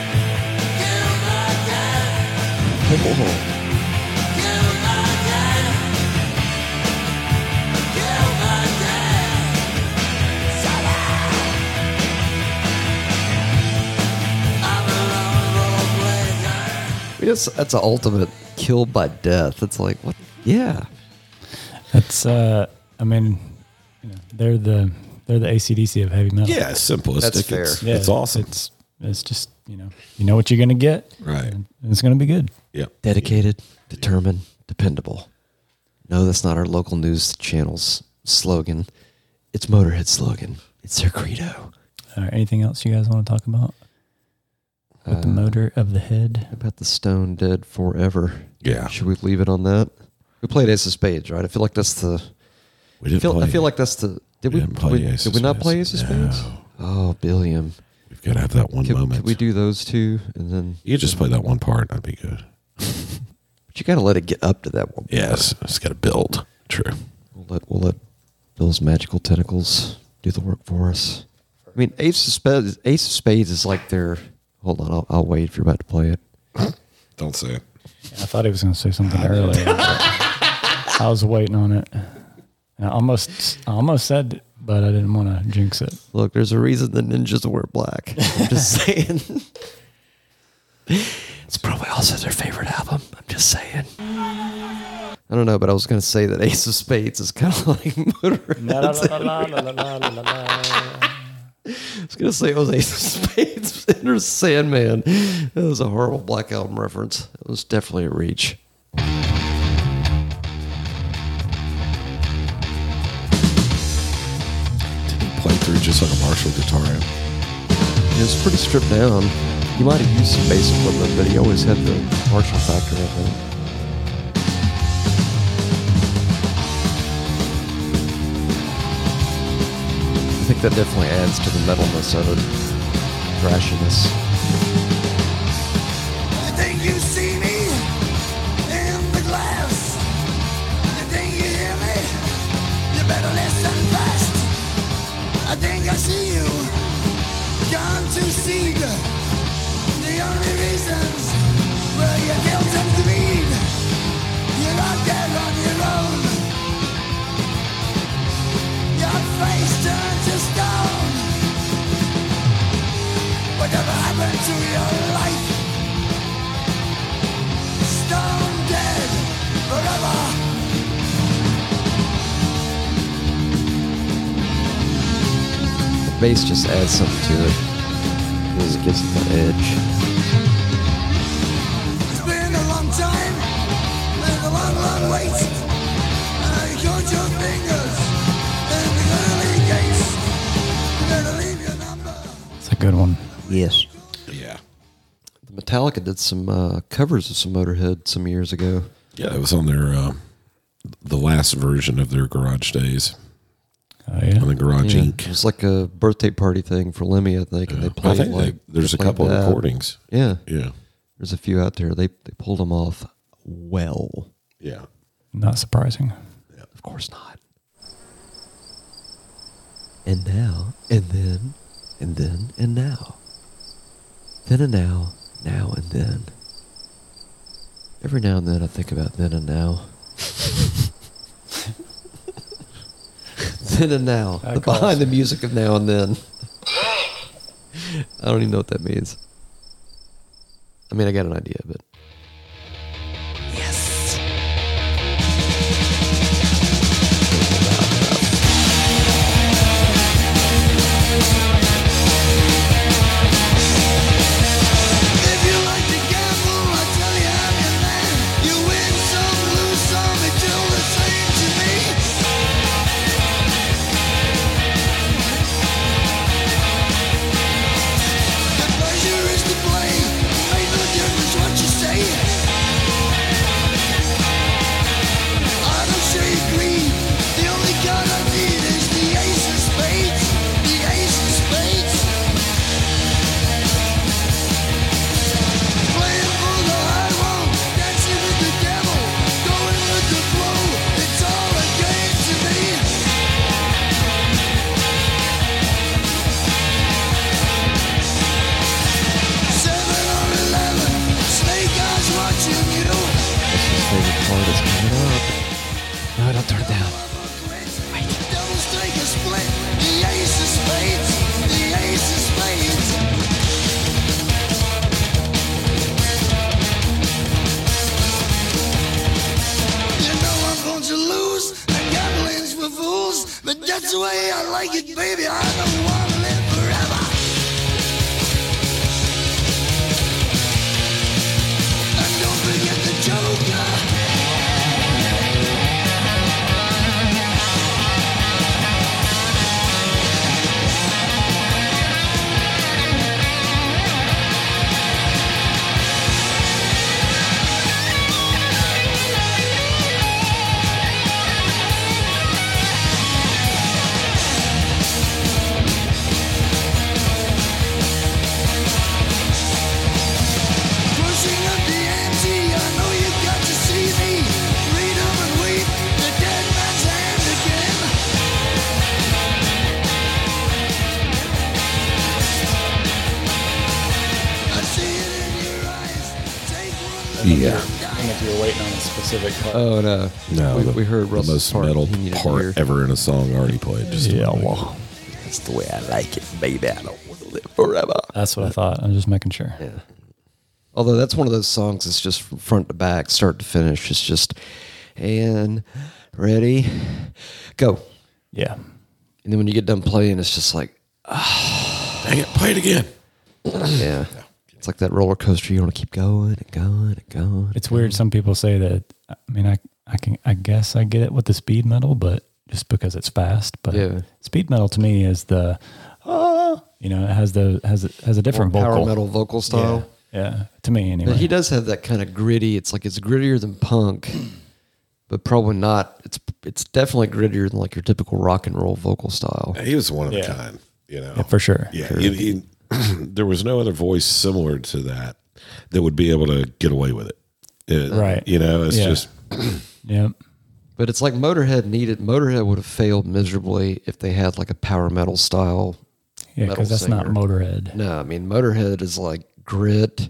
[SPEAKER 1] Yes, that's an ultimate kill by death. It's like, what? Yeah.
[SPEAKER 3] That's uh I mean you know, they're the they're the ACDC of heavy metal.
[SPEAKER 2] Yeah, it's simplistic.
[SPEAKER 1] That's fair.
[SPEAKER 2] It's,
[SPEAKER 3] Yeah,
[SPEAKER 2] it's awesome.
[SPEAKER 3] It's it's just, you know, you know what you're gonna get.
[SPEAKER 2] Right.
[SPEAKER 3] And it's gonna be good.
[SPEAKER 2] yeah.
[SPEAKER 1] Dedicated, determined, dependable. No, that's not our local news channel's slogan. It's Motorhead slogan. It's their credo.
[SPEAKER 3] All right, Uh, anything else you guys want to talk about? With
[SPEAKER 1] Uh,
[SPEAKER 3] the motor of the head.
[SPEAKER 1] How about the Stone Dead Forever?
[SPEAKER 2] Yeah.
[SPEAKER 1] Should we leave it on that? We played Ace of Spades, right? I feel like that's the.
[SPEAKER 2] We didn't
[SPEAKER 1] I feel, I
[SPEAKER 2] play-
[SPEAKER 1] feel like that's the. Did we?
[SPEAKER 2] didn't play
[SPEAKER 1] we-
[SPEAKER 2] Ace
[SPEAKER 1] did
[SPEAKER 2] of
[SPEAKER 1] we not
[SPEAKER 2] Spades.
[SPEAKER 1] play Ace of Spades?
[SPEAKER 2] No.
[SPEAKER 1] Oh, Billiam.
[SPEAKER 2] we've got to have that one
[SPEAKER 1] Could,
[SPEAKER 2] moment.
[SPEAKER 1] could we do those two, and then
[SPEAKER 2] you just play that one part. That'd be good.
[SPEAKER 1] but you got to let it get up to that one.
[SPEAKER 2] Yes, it's got to build. True.
[SPEAKER 1] We'll let, we'll let Bill's magical tentacles do the work for us. I mean, Ace of Spades, Ace of Spades is like their. Hold on, I'll, I'll wait if you're about to play it.
[SPEAKER 2] Don't say it.
[SPEAKER 3] I thought he was gonna say something earlier. but I was waiting on it. And I almost I almost said it, but I didn't want to jinx it.
[SPEAKER 1] Look, there's a reason the ninjas wear black. I'm just saying. it's probably also their favorite album. I'm just saying. I don't know, but I was going to say that Ace of Spades is kind of like Motorhead. I was going to say it was Ace of Spades Enter Sandman. That was a horrible Black Album reference. It was definitely a reach.
[SPEAKER 2] Play through just like a Marshall guitar. amp.
[SPEAKER 1] It was pretty stripped down. He might have used some bass equipment, but he always had the Marshall factor, I think. I think that definitely adds to the metalness of it, thrashiness.
[SPEAKER 5] You think you see me in the glass? You think you hear me? You better listen fast. I think I see you gone to seed. The only reasons were your guilt and greed. You're out there on your own. Your face turned to stone. Whatever happened to your life? stone dead forever.
[SPEAKER 1] The bass just adds something to it. It just gives it the edge.
[SPEAKER 5] It's been a long time and a long, long wait. And I count your fingers and the early gates. You better leave your number.
[SPEAKER 3] It's a good one.
[SPEAKER 1] Yes.
[SPEAKER 2] Yeah.
[SPEAKER 1] Metallica did some uh, covers of some Motorhead some years ago.
[SPEAKER 2] Yeah, it was on their uh, the last version of their Garage Days
[SPEAKER 3] Oh yeah.
[SPEAKER 2] on the Garage
[SPEAKER 1] Yeah,
[SPEAKER 2] Inc. Uh,
[SPEAKER 1] It was like a birthday party thing for Lemmy, I think, and they
[SPEAKER 2] I
[SPEAKER 1] played
[SPEAKER 2] think
[SPEAKER 1] like
[SPEAKER 2] they, there's
[SPEAKER 1] they
[SPEAKER 2] a
[SPEAKER 1] played
[SPEAKER 2] couple of
[SPEAKER 1] that.
[SPEAKER 2] recordings.
[SPEAKER 1] Yeah,
[SPEAKER 2] Yeah,
[SPEAKER 1] there's a few out there. They they pulled them off well.
[SPEAKER 2] yeah.
[SPEAKER 3] Not surprising.
[SPEAKER 1] Of course not. And now, and then, and then and now. Then and now, now and then. Every now and then I think about then and now. then and now.
[SPEAKER 3] That
[SPEAKER 1] The
[SPEAKER 3] calls-
[SPEAKER 1] behind the music of now and then.
[SPEAKER 7] Dang.
[SPEAKER 1] I don't even know what that means. I mean, I got an idea, but
[SPEAKER 9] Yes.
[SPEAKER 5] If you like to gamble, I tell you how you land. You win some, lose some, it do the same to me. The pleasure is to play. It made no difference what you say. I don't share your greed. The only card I need is the ace of spades. The ace of spades. Playing for the high road, dancing with the devil, going with the flow. It's all a game to me. Seven or eleven, snake eyes watching you.
[SPEAKER 1] that's his favorite part is coming up. No, don't turn it down.
[SPEAKER 5] Devils take a split. The ace of spades, the ace of spades. You know I'm going to lose. And gambling's for fools. But that's the way I like it, baby. I don't want to live forever. And don't forget the joker. Pushing up the ante, I know you've got to see me. Read 'em and weep, the dead man's hand again. I see it in your eyes. Take one look.
[SPEAKER 2] Yeah.
[SPEAKER 3] And if you're waiting on a specific part,
[SPEAKER 1] Oh, no.
[SPEAKER 2] No,
[SPEAKER 1] we,
[SPEAKER 2] the-
[SPEAKER 1] we heard
[SPEAKER 2] the
[SPEAKER 1] Russell's
[SPEAKER 2] most
[SPEAKER 1] part.
[SPEAKER 2] metal
[SPEAKER 1] He needed to hear.
[SPEAKER 2] part ever in a song already played. Just yeah,
[SPEAKER 1] That's the way I like it, baby. I don't want to live forever.
[SPEAKER 3] that's what I thought. I'm just making sure.
[SPEAKER 1] Yeah. Although that's one of those songs that's just from front to back, start to finish. It's just and ready, go.
[SPEAKER 3] Yeah.
[SPEAKER 1] And then when you get done playing, it's just like, "Ah."
[SPEAKER 2] dang it, play it again.
[SPEAKER 1] yeah. It's like that roller coaster. You want to keep going and going and going.
[SPEAKER 3] It's weird. Some people say that. I mean, I I can I guess I get it with the speed metal, but just because it's fast. But
[SPEAKER 1] Yeah.
[SPEAKER 3] speed metal to me is the, ah, you know, it has the has a, has a different
[SPEAKER 1] power
[SPEAKER 3] vocal.
[SPEAKER 1] metal vocal style.
[SPEAKER 3] Yeah. Yeah. To me anyway.
[SPEAKER 1] But he does have that kind of gritty. It's like it's grittier than punk, but probably not. It's it's definitely grittier than like your typical rock and roll vocal style.
[SPEAKER 2] He was one of a
[SPEAKER 3] Yeah.
[SPEAKER 2] kind, you know.
[SPEAKER 3] for sure.
[SPEAKER 2] Yeah, you- you- there was no other voice similar to that that would be able to get away with it. It-
[SPEAKER 3] Right.
[SPEAKER 2] You know, it's
[SPEAKER 3] Yeah.
[SPEAKER 2] just
[SPEAKER 3] Yeah.
[SPEAKER 1] But it's like Motorhead needed. Motorhead would have failed miserably if they had like a power metal style.
[SPEAKER 3] Yeah.
[SPEAKER 1] Metal
[SPEAKER 3] Because that's not
[SPEAKER 1] singer.
[SPEAKER 3] Motorhead.
[SPEAKER 1] No, I mean Motorhead is like grit,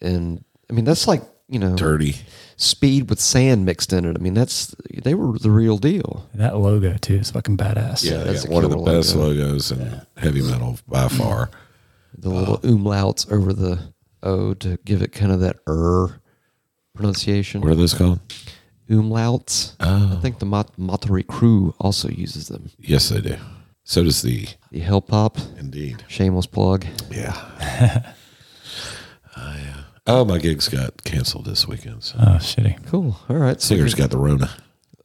[SPEAKER 1] and I mean that's like you know
[SPEAKER 2] dirty.
[SPEAKER 1] speed with sand mixed in it. I mean that's they were the real deal.
[SPEAKER 3] That logo too is fucking badass.
[SPEAKER 2] Yeah,
[SPEAKER 1] that's
[SPEAKER 2] yeah,
[SPEAKER 1] a
[SPEAKER 2] one of the
[SPEAKER 1] killer
[SPEAKER 2] best
[SPEAKER 1] logo.
[SPEAKER 2] logos in heavy metal by far.
[SPEAKER 1] The little umlauts over the o to give it kind of that er pronunciation.
[SPEAKER 2] What are those called?
[SPEAKER 1] umlauts.
[SPEAKER 3] Oh.
[SPEAKER 1] I think the Mat- Matari crew also uses them.
[SPEAKER 2] Yes, they do. So does the
[SPEAKER 1] The Hell Pop,
[SPEAKER 2] indeed.
[SPEAKER 1] shameless plug.
[SPEAKER 2] Yeah. I, uh, oh, my gigs got canceled this weekend. So.
[SPEAKER 3] Oh shitty.
[SPEAKER 1] Cool. All right. so
[SPEAKER 2] Singer's
[SPEAKER 1] good.
[SPEAKER 2] got the Rona.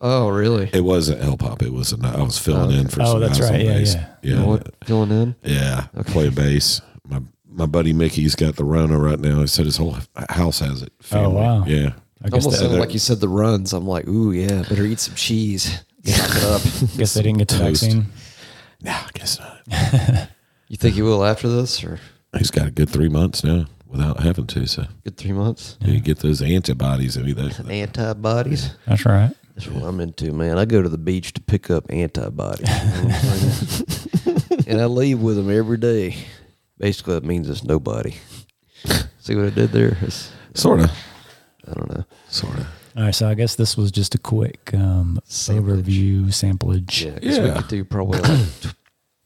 [SPEAKER 1] Oh, really?
[SPEAKER 2] It wasn't L Pop. It was an, I was filling in for
[SPEAKER 3] Oh,
[SPEAKER 2] some
[SPEAKER 3] that's
[SPEAKER 2] guys on
[SPEAKER 3] right. Yeah,
[SPEAKER 2] bass.
[SPEAKER 3] yeah.
[SPEAKER 1] You know what? Filling in.
[SPEAKER 2] Yeah, play bass. My my buddy Mickey's got the Rona right now. He said his whole house has it.
[SPEAKER 3] Oh, wow.
[SPEAKER 2] Yeah.
[SPEAKER 3] I guess,
[SPEAKER 1] Almost
[SPEAKER 3] they,
[SPEAKER 1] sounded
[SPEAKER 2] that-
[SPEAKER 1] like you said the runs. I'm like, ooh yeah, better eat some cheese. Stop it up.
[SPEAKER 3] guess they didn't get the
[SPEAKER 2] Toast.
[SPEAKER 3] vaccine.
[SPEAKER 2] No, I guess not.
[SPEAKER 1] You think you will after this, or
[SPEAKER 2] He's got a good three months now without having to. So
[SPEAKER 1] good three months?
[SPEAKER 2] you get those antibodies and everything.
[SPEAKER 1] Antibodies.
[SPEAKER 3] That's right.
[SPEAKER 1] That's what I'm into, man. I go to the beach to pick up antibodies. You know what I'm saying? and I leave with them every day. Basically, that means it's nobody. See what I did there? It's,
[SPEAKER 2] Sort of.
[SPEAKER 1] I don't know.
[SPEAKER 2] Sort of.
[SPEAKER 3] All right, so I guess this was just a quick um,
[SPEAKER 1] Samplage.
[SPEAKER 3] overview samplage.
[SPEAKER 1] Yeah, 'cause we
[SPEAKER 2] Yeah.
[SPEAKER 1] could do probably like, tw-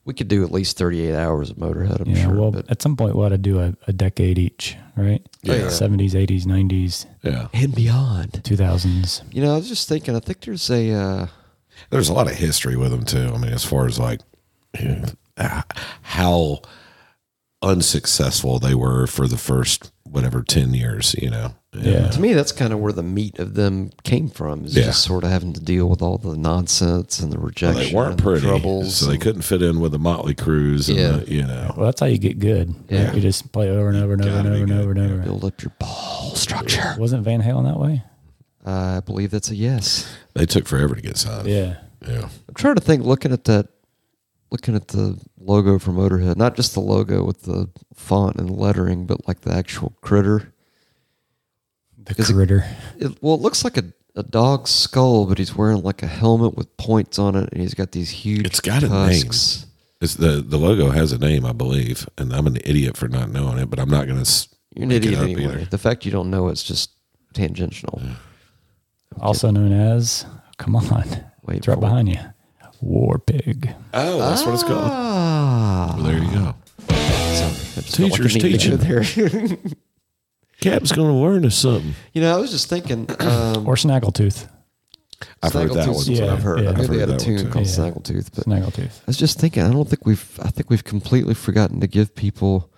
[SPEAKER 1] we could do at least thirty-eight hours of Motorhead. I'm
[SPEAKER 3] Yeah,
[SPEAKER 1] sure.
[SPEAKER 3] well,
[SPEAKER 1] but
[SPEAKER 3] at some point we'll have to do a, a decade each, right?
[SPEAKER 2] Yeah. Yeah.
[SPEAKER 3] 70s, 80s, 90s,
[SPEAKER 2] Yeah.
[SPEAKER 1] and beyond.
[SPEAKER 3] 2000s.
[SPEAKER 1] You know, I was just thinking. I think there's a. Uh,
[SPEAKER 2] There's a lot of history with them too. I mean, as far as like uh, how unsuccessful they were for the first whatever 10 years, you know.
[SPEAKER 3] Yeah.
[SPEAKER 1] to me, that's kind of where the meat of them came from. Is
[SPEAKER 2] Yeah.
[SPEAKER 1] just sort of having to deal with all the nonsense and the rejection,
[SPEAKER 2] They weren't
[SPEAKER 1] and the
[SPEAKER 2] pretty,
[SPEAKER 1] troubles.
[SPEAKER 2] so they
[SPEAKER 1] and-
[SPEAKER 2] couldn't fit in with the Motley Crews. And
[SPEAKER 1] Yeah.
[SPEAKER 2] the, you know,
[SPEAKER 3] Well, that's how you get good.
[SPEAKER 1] Yeah.
[SPEAKER 3] You just play over and over and over and
[SPEAKER 2] gotta
[SPEAKER 3] over
[SPEAKER 2] be
[SPEAKER 3] and
[SPEAKER 2] good,
[SPEAKER 3] over and over.
[SPEAKER 1] build up your ball structure. Uh,
[SPEAKER 3] Wasn't Van Halen that way?
[SPEAKER 1] I believe that's a yes.
[SPEAKER 2] they took forever to get signed.
[SPEAKER 3] Yeah.
[SPEAKER 2] Yeah.
[SPEAKER 1] I'm trying to think. Looking at that, looking at the logo for Motorhead, not just the logo with the font and lettering, but like the actual critter.
[SPEAKER 3] The
[SPEAKER 1] Is it-
[SPEAKER 3] critter.
[SPEAKER 1] It, well, it looks like a, a dog's skull, but he's wearing like a helmet with points on it, and he's got these huge.
[SPEAKER 2] It's got a name.
[SPEAKER 1] tusks.
[SPEAKER 2] It's the, the logo has a name, I believe. And I'm an idiot for not knowing it, but I'm not going to.
[SPEAKER 1] You're an
[SPEAKER 2] Pick it
[SPEAKER 1] idiot
[SPEAKER 2] up
[SPEAKER 1] anyway.
[SPEAKER 2] either.
[SPEAKER 1] The fact you don't know it's just tangential.
[SPEAKER 3] also known as, come on,
[SPEAKER 1] Wait
[SPEAKER 3] it's right
[SPEAKER 1] for it.
[SPEAKER 3] behind you. War pig.
[SPEAKER 2] Oh, that's what it's called.
[SPEAKER 1] Ah,
[SPEAKER 2] Well, there you go.
[SPEAKER 1] I just felt like I
[SPEAKER 2] Teacher's
[SPEAKER 1] needed to go there.
[SPEAKER 2] Cap's going to learn us something.
[SPEAKER 1] you know, I was just thinking. Um,
[SPEAKER 3] Or snaggletooth.
[SPEAKER 2] I've heard
[SPEAKER 1] Snaggletooth's
[SPEAKER 2] that one.
[SPEAKER 1] what
[SPEAKER 3] Yeah,
[SPEAKER 1] I've heard.
[SPEAKER 3] yeah.
[SPEAKER 1] I
[SPEAKER 2] I've
[SPEAKER 1] think they had
[SPEAKER 2] heard
[SPEAKER 1] a
[SPEAKER 2] that one
[SPEAKER 1] tune
[SPEAKER 2] too.
[SPEAKER 1] called
[SPEAKER 3] Yeah.
[SPEAKER 1] Snaggletooth, but
[SPEAKER 3] Snaggletooth.
[SPEAKER 1] I was just thinking. I don't think we've. I think we've completely forgotten to give people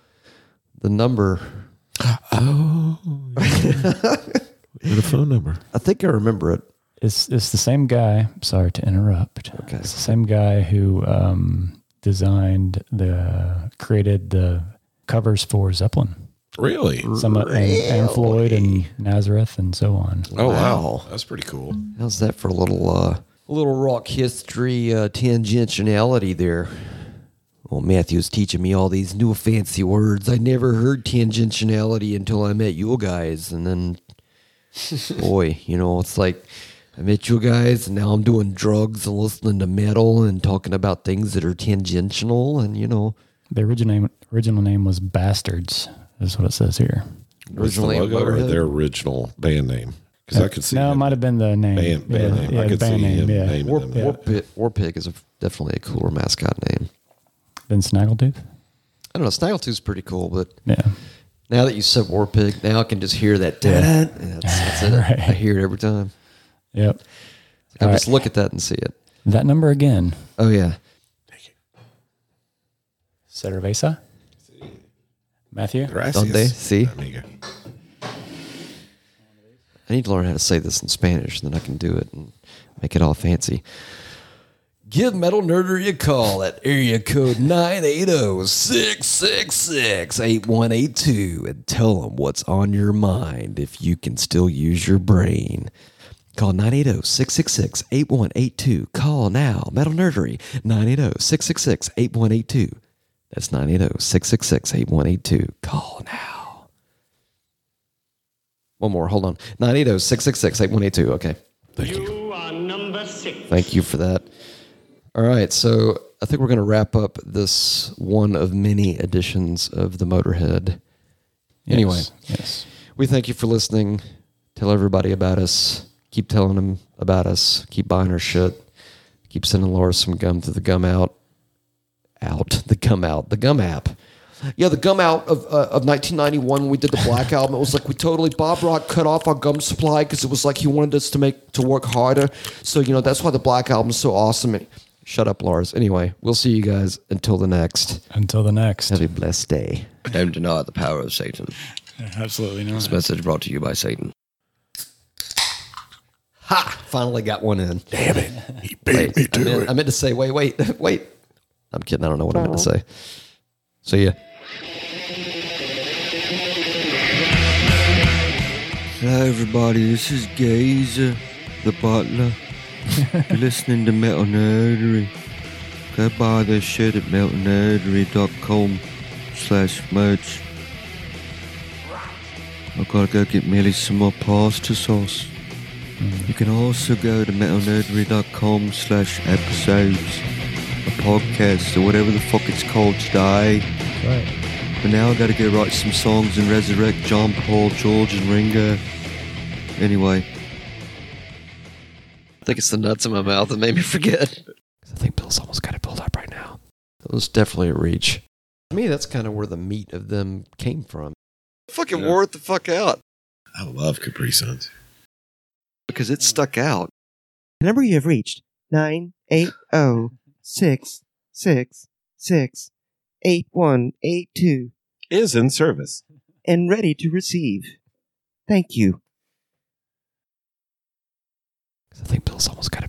[SPEAKER 1] the number. Oh,
[SPEAKER 2] And a phone number.
[SPEAKER 1] I think I remember it.
[SPEAKER 3] It's, it's the same guy. Sorry to interrupt.
[SPEAKER 1] Okay.
[SPEAKER 3] It's the same guy who um, designed the, created the covers for Zeppelin.
[SPEAKER 2] Really?
[SPEAKER 3] Some and, and Floyd and Nazareth and so on.
[SPEAKER 2] Oh, wow.
[SPEAKER 1] Wow.
[SPEAKER 2] That's pretty cool.
[SPEAKER 1] How's that for a little uh, a little rock history uh, tangentiality there? Well, Matthew's teaching me all these new fancy words. I never heard tangentiality until I met you guys, and then, boy, you know, it's like I met you guys, and now I'm doing drugs and listening to metal and talking about things that are tangential, and you know,
[SPEAKER 3] The original name, original name was Bastards. Is what it says here.
[SPEAKER 2] Was the
[SPEAKER 1] Originally,
[SPEAKER 2] logo or
[SPEAKER 1] Motorhead?
[SPEAKER 2] their original band name? Because I could see
[SPEAKER 3] no, it
[SPEAKER 2] him.
[SPEAKER 3] might have been the name.
[SPEAKER 2] band, band
[SPEAKER 3] yeah,
[SPEAKER 2] name.
[SPEAKER 3] yeah,
[SPEAKER 2] I could
[SPEAKER 3] band
[SPEAKER 2] see
[SPEAKER 3] name.
[SPEAKER 2] him
[SPEAKER 3] yeah.
[SPEAKER 2] naming
[SPEAKER 1] War,
[SPEAKER 2] them.
[SPEAKER 1] War Pit- War Pig is a, definitely a cooler mascot name.
[SPEAKER 3] Then Snaggletooth.
[SPEAKER 1] I don't know. Snaggletooth's pretty cool, but
[SPEAKER 3] Yeah.
[SPEAKER 1] Now that you said War Pig, now I can just hear that. da That's, that's it.
[SPEAKER 3] Right.
[SPEAKER 1] I hear it every time.
[SPEAKER 3] Yep.
[SPEAKER 1] I
[SPEAKER 3] All
[SPEAKER 1] just
[SPEAKER 3] right.
[SPEAKER 1] look at that and see it.
[SPEAKER 3] That number again.
[SPEAKER 1] Oh yeah,
[SPEAKER 3] Cerveza. Matthew.
[SPEAKER 2] Gracias,
[SPEAKER 1] Donde? See,
[SPEAKER 2] amigo.
[SPEAKER 1] I need to learn how to say this in Spanish, then I can do it and make it all fancy. Give Metal Nerdery a call at area code 980-666-8182 and tell them what's on your mind if you can still use your brain. Call 980-666-8182. Call now. Metal Nerdery 980-666-8182. That's 980-666-8182. Call now. One more. Hold on. 980 666 8182. Okay.
[SPEAKER 9] You are number six.
[SPEAKER 1] Thank you for that. All right. So I think we're going to wrap up this one of many editions of the Motorhead. Anyway,
[SPEAKER 3] Yes. Yes.
[SPEAKER 1] we thank you for listening. Tell everybody about us. Keep telling them about us. Keep buying our shit. Keep sending Laura some gum through the gum out. Out. The gum out. The gum app. Yeah, the gum out of, uh, of 1991 when we did the Black Album. It was like we totally, Bob Rock cut off our gum supply because it was like he wanted us to make, to work harder. So, you know, that's why the Black Album's so awesome. And, shut up, Lars. Anyway, we'll see you guys until the next.
[SPEAKER 3] Until the next.
[SPEAKER 1] Have a blessed day.
[SPEAKER 10] Don't deny the power of Satan.
[SPEAKER 3] Absolutely not.
[SPEAKER 10] This message brought to you by Satan.
[SPEAKER 1] Ha! Finally got one in.
[SPEAKER 2] Damn it. He beat me
[SPEAKER 1] I,
[SPEAKER 2] to
[SPEAKER 1] meant,
[SPEAKER 2] it.
[SPEAKER 1] I meant to say, wait, wait, wait. I'm kidding. I don't know what I meant to say. So yeah.
[SPEAKER 10] Hello, everybody. This is Gazer, the butler. You're listening to Metal Nerdery. Go buy their shit at metalnerdery.com slash merch. I've got to go get Millie some more pasta sauce. You can also go to metalnerdery.com slash episodes a podcast or whatever the fuck it's called today.
[SPEAKER 3] Right.
[SPEAKER 10] But now I gotta go write some songs and resurrect John, Paul, George, and Ringo. Anyway.
[SPEAKER 1] I think it's the nuts in my mouth that made me forget. I think Bill's almost got it pulled up right now. It was definitely a reach. To me, that's kind of where the meat of them came from. Fucking wore it the fuck out
[SPEAKER 2] I love Capri Suns.
[SPEAKER 1] because it stuck out.
[SPEAKER 11] The number you have reached, oh 980-666-8182,
[SPEAKER 12] Is in service.
[SPEAKER 11] and ready to receive. Thank you.
[SPEAKER 1] I think Bill's almost got it.